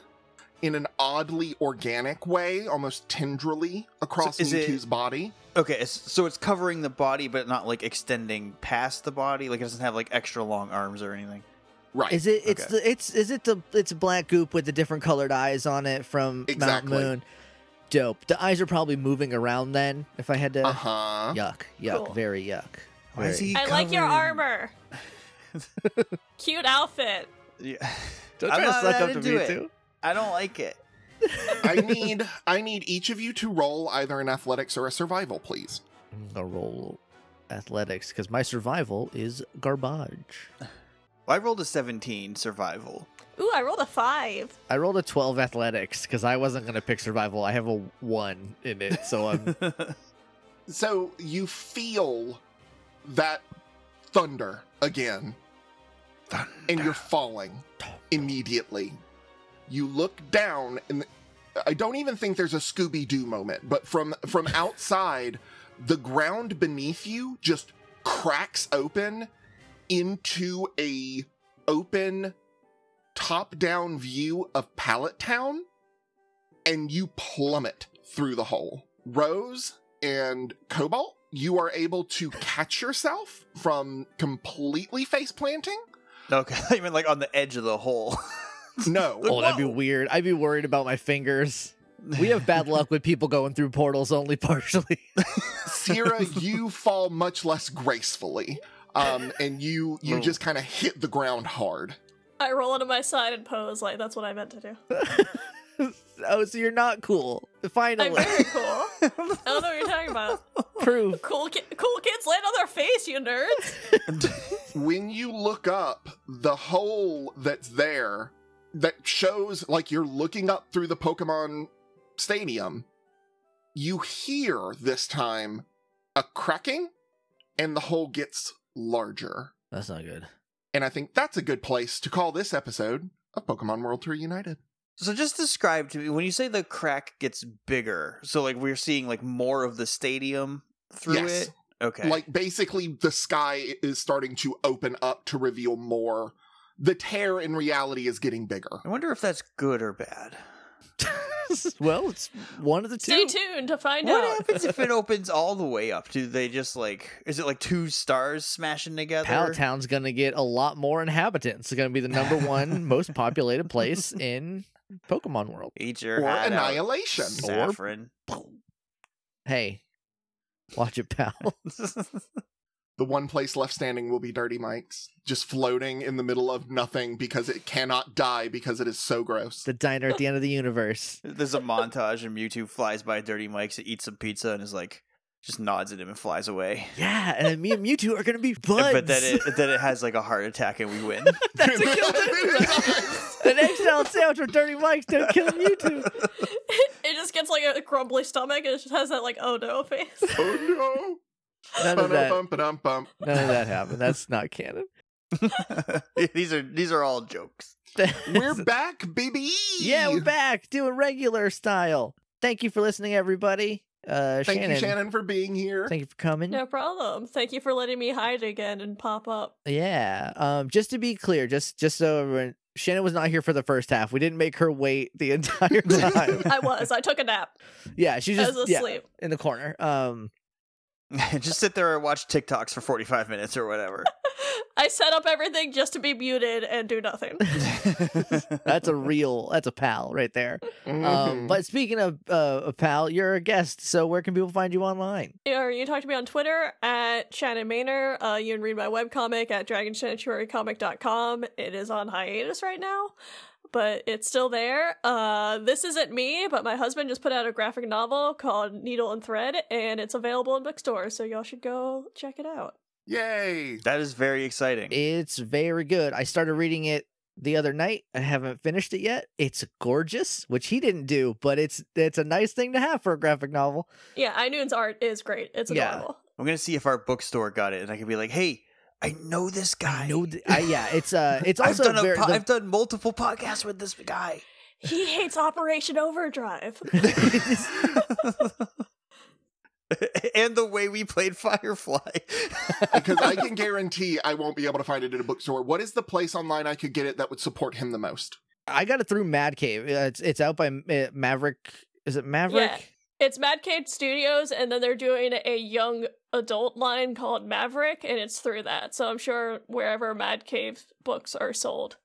Speaker 1: in an oddly organic way almost tendrily across
Speaker 3: is it-
Speaker 1: mewtwo's body
Speaker 3: Okay, s- so it's covering the body, but not like extending past the body. Like it doesn't have like extra long arms or anything.
Speaker 1: right
Speaker 2: Is it? It's
Speaker 3: Okay.
Speaker 2: the. It's is it the? It's black goop with the different colored eyes on it from
Speaker 1: Exactly.
Speaker 2: Mount Moon. Dope. The eyes are probably moving around then. If I had to.
Speaker 1: uh-huh
Speaker 2: Yuck! Yuck!
Speaker 5: Cool.
Speaker 2: Very yuck.
Speaker 3: Why is
Speaker 2: Very-
Speaker 3: he
Speaker 5: I like your
Speaker 3: covered in-
Speaker 5: armor. Cute outfit.
Speaker 3: Yeah.
Speaker 2: Don't
Speaker 3: I'm
Speaker 2: try to
Speaker 3: not
Speaker 2: suck
Speaker 3: allowed
Speaker 2: up
Speaker 3: to
Speaker 2: to
Speaker 3: do
Speaker 2: me
Speaker 3: it.
Speaker 2: too.
Speaker 3: I don't like it.
Speaker 1: I need I need each of you to roll either an athletics or a survival, please.
Speaker 2: I'm gonna roll athletics because my survival is garbage.
Speaker 3: I rolled a 17 survival.
Speaker 5: Ooh, I rolled a five.
Speaker 2: I rolled a 12 athletics because I wasn't gonna pick survival. I have a one in it, so I'm.
Speaker 1: So you feel that thunder again, and you're falling immediately. You look down, and I don't even think there's a Scooby Doo moment, but from from outside, the ground beneath you just cracks open into a open top down view of Pallet Town, and you plummet through the hole. Rose and Cobalt, you are able to catch yourself from completely face planting.
Speaker 3: Okay, I mean like on the edge of the hole.
Speaker 1: No,
Speaker 2: Oh, that'd be
Speaker 3: Whoa.
Speaker 2: weird. I'd be worried about my fingers. We have bad luck with people going through portals only partially.
Speaker 1: Sierra, you fall much less gracefully, um, and you you just kind of hit the ground hard.
Speaker 5: I roll onto my side and pose like that's what I meant to do.
Speaker 2: oh, so you're not cool.
Speaker 5: I'm
Speaker 2: Finally,
Speaker 5: very cool. I don't know what you're talking about.
Speaker 2: proof.
Speaker 5: Cool, ki- cool kids land on their face, you nerds.
Speaker 1: When you look up, the hole that's there that shows like you're looking up through the Pokemon Stadium, you hear this time a cracking, and the hole gets larger.
Speaker 2: That's not good.
Speaker 1: And I think that's a good place to call this episode of Pokemon World Tour United.
Speaker 3: So just describe to me when you say the crack gets bigger. So like we're seeing like more of the stadium through
Speaker 1: Yes.
Speaker 3: it. Okay.
Speaker 1: Like basically the sky is starting to open up to reveal more. The tear in reality is getting bigger.
Speaker 3: I wonder if that's good or bad.
Speaker 2: well, it's one of the
Speaker 5: Stay
Speaker 2: two.
Speaker 5: tuned to find
Speaker 3: What
Speaker 5: out.
Speaker 3: happens if it opens all the way up? Do they just like is it like two stars smashing together?
Speaker 2: Palatown's gonna get a lot more inhabitants. It's gonna be the number one most populated place in Pokemon World.
Speaker 3: Eat your
Speaker 1: Or
Speaker 3: hat out,
Speaker 1: annihilation.
Speaker 3: Saffron.
Speaker 2: Hey, watch it, pal.
Speaker 1: The one place left standing will be Dirty Mike's, just floating in the middle of nothing because it cannot die because it is so gross.
Speaker 2: the diner at the end of the universe.
Speaker 3: There's a montage and Mewtwo flies by Dirty Mike's to eat some pizza and is like just nods at him and flies away.
Speaker 2: Yeah, and then me and Mewtwo are gonna be buds.
Speaker 3: But then it then it has like a heart attack and we win.
Speaker 2: That's what killed it. the next down sandwich with Dirty Mike's don't kill Mewtwo.
Speaker 5: it just gets like a grumbly stomach and it just has that like oh no face.
Speaker 1: oh
Speaker 2: None
Speaker 1: no.
Speaker 2: of that.
Speaker 1: Bum, ba-dum, bum.
Speaker 2: None of that happened. That's not canon.
Speaker 3: these are these are all jokes.
Speaker 1: We're back, baby.
Speaker 2: yeah, we're back doing regular style. Thank you for listening, everybody. Uh,
Speaker 1: Thank
Speaker 2: Shannon,
Speaker 1: you, Shannon, for being here.
Speaker 2: Thank you for coming.
Speaker 5: No problem. Thank you for letting me hide again and pop up.
Speaker 2: Yeah. Um. Just to be clear, just just so everyone, Shannon was not here for the first half. We didn't make her wait the entire time.
Speaker 5: I was. I took a nap.
Speaker 2: yeah, she
Speaker 5: I
Speaker 2: just
Speaker 5: was
Speaker 2: yeah,
Speaker 5: asleep.
Speaker 2: in the corner. Um.
Speaker 3: just sit there and watch TikToks for 45 minutes or whatever.
Speaker 5: I set up everything just to be muted and do nothing.
Speaker 2: That's a real. That's a pal right there. Um.
Speaker 1: Mhm.
Speaker 2: But speaking of uh, a pal, you're a guest. So where can people find you online?
Speaker 5: or you talk to me on Twitter at Shannon Maynor. Uh, you can read my webcomic at dragonsanctuarycomic.com. It is on hiatus right now, but it's still there. Uh, this isn't me, but my husband just put out a graphic novel called Needle and Thread, and it's available in bookstores, so y'all should go check it out.
Speaker 1: Yay.
Speaker 3: that is very exciting.
Speaker 2: It's very good. I started reading it the other night. I haven't finished it yet. It's gorgeous, which he didn't do, but it's it's a nice thing to have for a graphic novel.
Speaker 5: Yeah, iNoon's art is great. It's
Speaker 2: Yeah.
Speaker 5: adorable.
Speaker 3: I'm going to see if our bookstore got it and I can be like, "Hey, I know this guy.
Speaker 2: I know. Th- I, yeah, it's uh, it's also
Speaker 3: I've done, a
Speaker 2: very.
Speaker 3: po-
Speaker 2: the-
Speaker 3: I've done multiple podcasts with this guy.
Speaker 5: He hates Operation Overdrive.
Speaker 3: and the way we played Firefly.
Speaker 1: because I can guarantee I won't be able to find it at a bookstore. What is the place online I could get it that would support him the most?
Speaker 2: I got it through Mad Cave. Uh, It's it's out by uh, Maverick. Is it Maverick?
Speaker 5: It's Mad Cave Studios, and then they're doing a young adult line called Maverick, and it's through that. So I'm sure wherever Mad Cave books are sold.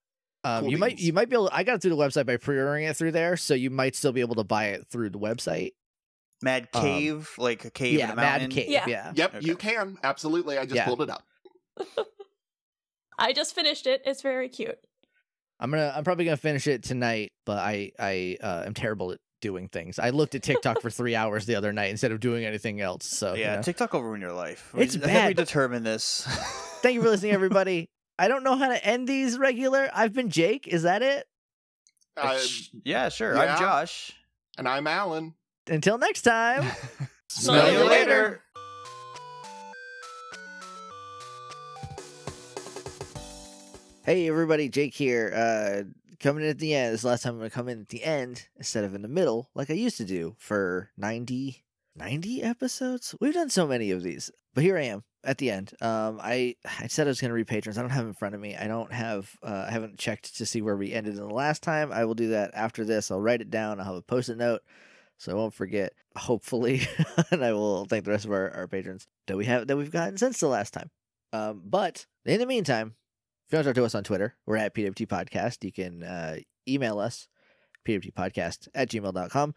Speaker 2: Um,
Speaker 1: Cool
Speaker 2: you might
Speaker 1: beans.
Speaker 2: you might be able. I got it through the website by pre-ordering it through there, so you might still be able to buy it through the website.
Speaker 3: Mad
Speaker 2: Um,
Speaker 3: Cave, like a cave in
Speaker 2: yeah,
Speaker 3: a mountain.
Speaker 2: Mad Cave. Yeah.
Speaker 5: Yeah.
Speaker 1: Yep, you
Speaker 3: Okay.
Speaker 1: can. Absolutely. I just
Speaker 2: Yeah.
Speaker 1: pulled it up.
Speaker 5: I just finished it. It's very cute.
Speaker 2: I'm gonna. I'm probably gonna finish it tonight, but I I uh, am terrible at doing things. I looked at TikTok for three hours the other night instead of doing anything else. So you
Speaker 3: yeah,
Speaker 2: know.
Speaker 3: TikTok will ruin your life.
Speaker 2: It's
Speaker 3: I
Speaker 2: bad.
Speaker 3: Think we determined this.
Speaker 2: Thank you for listening, everybody. I don't know how to end these regular. I've been Jake. Is that it?
Speaker 1: Uh,
Speaker 3: yeah, sure.
Speaker 1: yeah.
Speaker 3: I'm Josh.
Speaker 1: and I'm Alan.
Speaker 2: Until next time.
Speaker 5: Smell you later.
Speaker 2: Hey everybody, Jake here. Uh coming in at the end. This is the last time I'm gonna come in at the end instead of in the middle, like I used to do for 90 90 episodes. We've done so many of these. But here I am at the end. Um I I said I was gonna read patrons. I don't have it in front of me. I don't have uh, I haven't checked to see where we ended in the last time. I will do that after this. I'll write it down, I'll have a post-it note so I won't forget, hopefully. and I will thank the rest of our, our patrons that we have that we've gotten since the last time. Um, but in the meantime, if you want to talk to us on Twitter, we're at PWT Podcast. You can uh, email us, PWT Podcast at gmail.com.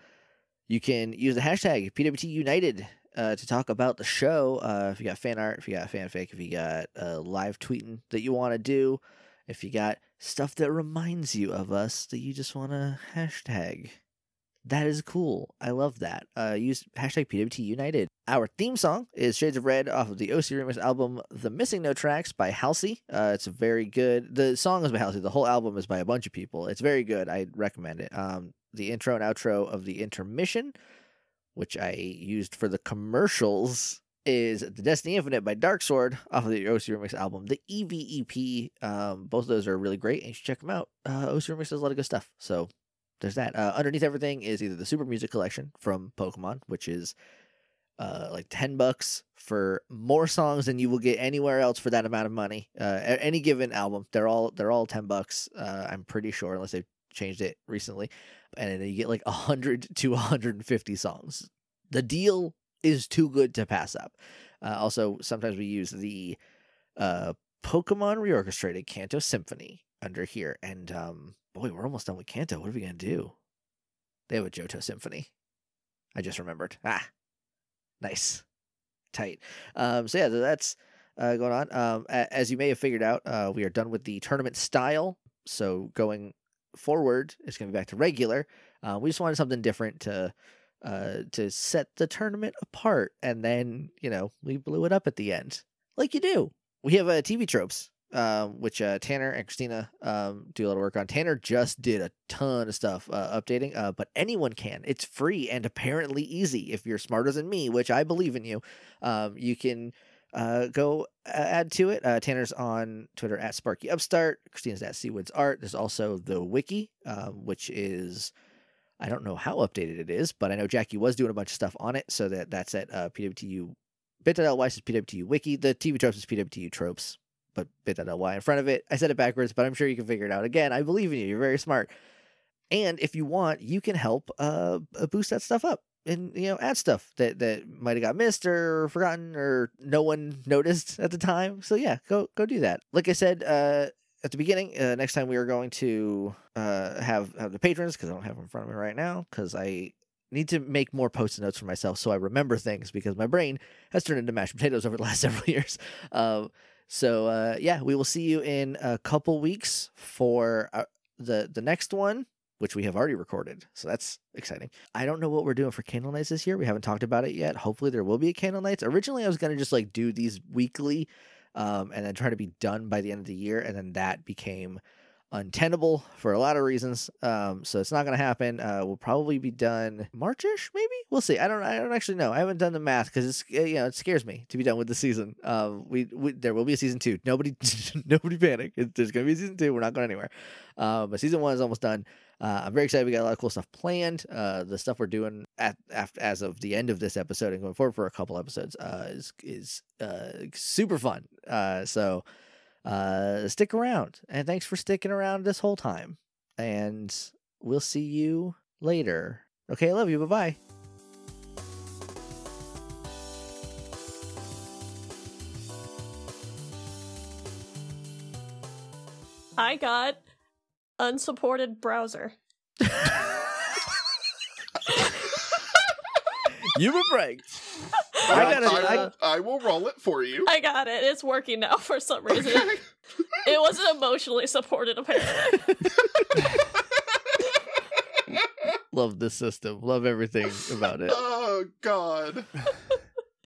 Speaker 2: You can use the hashtag PWT United uh, to talk about the show. Uh, if you got fan art, if you got fanfic, if you got uh, live tweeting that you want to do, if you got stuff that reminds you of us that you just want to hashtag, that is cool. I love that. Uh, use hashtag PWT United. Our theme song is Shades of Red off of the OC Remix album The Missing No Tracks by Halsey. Uh, it's very good. The song is by Halsey. The whole album is by a bunch of people. It's very good. I recommend it. Um, the intro and outro of the intermission which I used for the commercials, is The Destiny Infinite by Dark Sword off of the OC Remix album, the E EVEP. Um, both of those are really great, and you should check them out. Uh, OC Remix does a lot of good stuff. So there's that. Uh, underneath everything is either the Super Music Collection from Pokemon, which is uh, like 10 bucks for more songs than you will get anywhere else for that amount of money. Uh, a- any given album, they're all they're all 10 bucks. Uh, I'm pretty sure, unless they've changed it recently and then you get like 100 to 150 songs. The deal is too good to pass up. Uh, also, sometimes we use the uh, Pokemon Reorchestrated Canto Symphony under here. And um, boy, we're almost done with Canto. What are we going to do? They have a Johto Symphony. I just remembered. Ah, nice. Tight. Um, so, yeah, so that's uh, going on. Um, a- as you may have figured out, uh, we are done with the tournament style. So, going forward it's going to be back to regular uh, we just wanted something different to uh, to set the tournament apart and then you know we blew it up at the end like you do we have uh, tv tropes um, which uh, tanner and christina um, do a lot of work on tanner just did a ton of stuff uh, updating uh, but anyone can it's free and apparently easy if you're smarter than me which i believe in you um, you can uh, go uh, add to it. Uh, Tanner's on Twitter at Sparky Upstart. Christina's at Seawoods Art. There's also the wiki, um, which is I don't know how updated it is, but I know Jackie was doing a bunch of stuff on it, so that that's at uh, PWTU bit.ly says PWTU wiki. The TV tropes is PWTU tropes, but bit.ly in front of it. I said it backwards, but I'm sure you can figure it out. Again, I believe in you. You're very smart. And if you want, you can help uh, boost that stuff up and you know add stuff that that might have got missed or forgotten or no one noticed at the time so yeah go go do that like i said uh at the beginning uh, next time we are going to uh have have the patrons because i don't have them in front of me right now because i need to make more post-it notes for myself so i remember things because my brain has turned into mashed potatoes over the last several years um so uh yeah we will see you in a couple weeks for uh, the the next one which we have already recorded so that's exciting I don't know what we're doing for Candle Nights this year. We haven't talked about it yet. Hopefully, there will be a Candle Nights. Originally, I was going to just like do these weekly um, and then try to be done by the end of the year. And then that became untenable for a lot of reasons. Um, so it's not going to happen. Uh, we'll probably be done Marchish, maybe. We'll see. I don't. I don't actually know. I haven't done the math because it's uh, you know it scares me to be done with the season. Um, we, we there will be a season two. Nobody nobody panic. It, there's going to be a season two. We're not going anywhere. Uh, but season one is almost done. Uh, I'm very excited. We got a lot of cool stuff planned. Uh, the stuff we're doing at, af as of the end of this episode and going forward for a couple episodes uh, is is uh, super fun. Uh, so uh, stick around and thanks for sticking around this whole time. And we'll see you later. Okay, I love you. Bye bye.
Speaker 5: I got unsupported browser.
Speaker 2: You've been pranked. I
Speaker 1: Um,
Speaker 2: gotta-
Speaker 1: I, will, I will roll it for you.
Speaker 5: I got it. It's working now for some reason.
Speaker 1: Okay.
Speaker 5: it wasn't emotionally supported apparently.
Speaker 2: Love this system. Love everything about it.
Speaker 1: Oh God.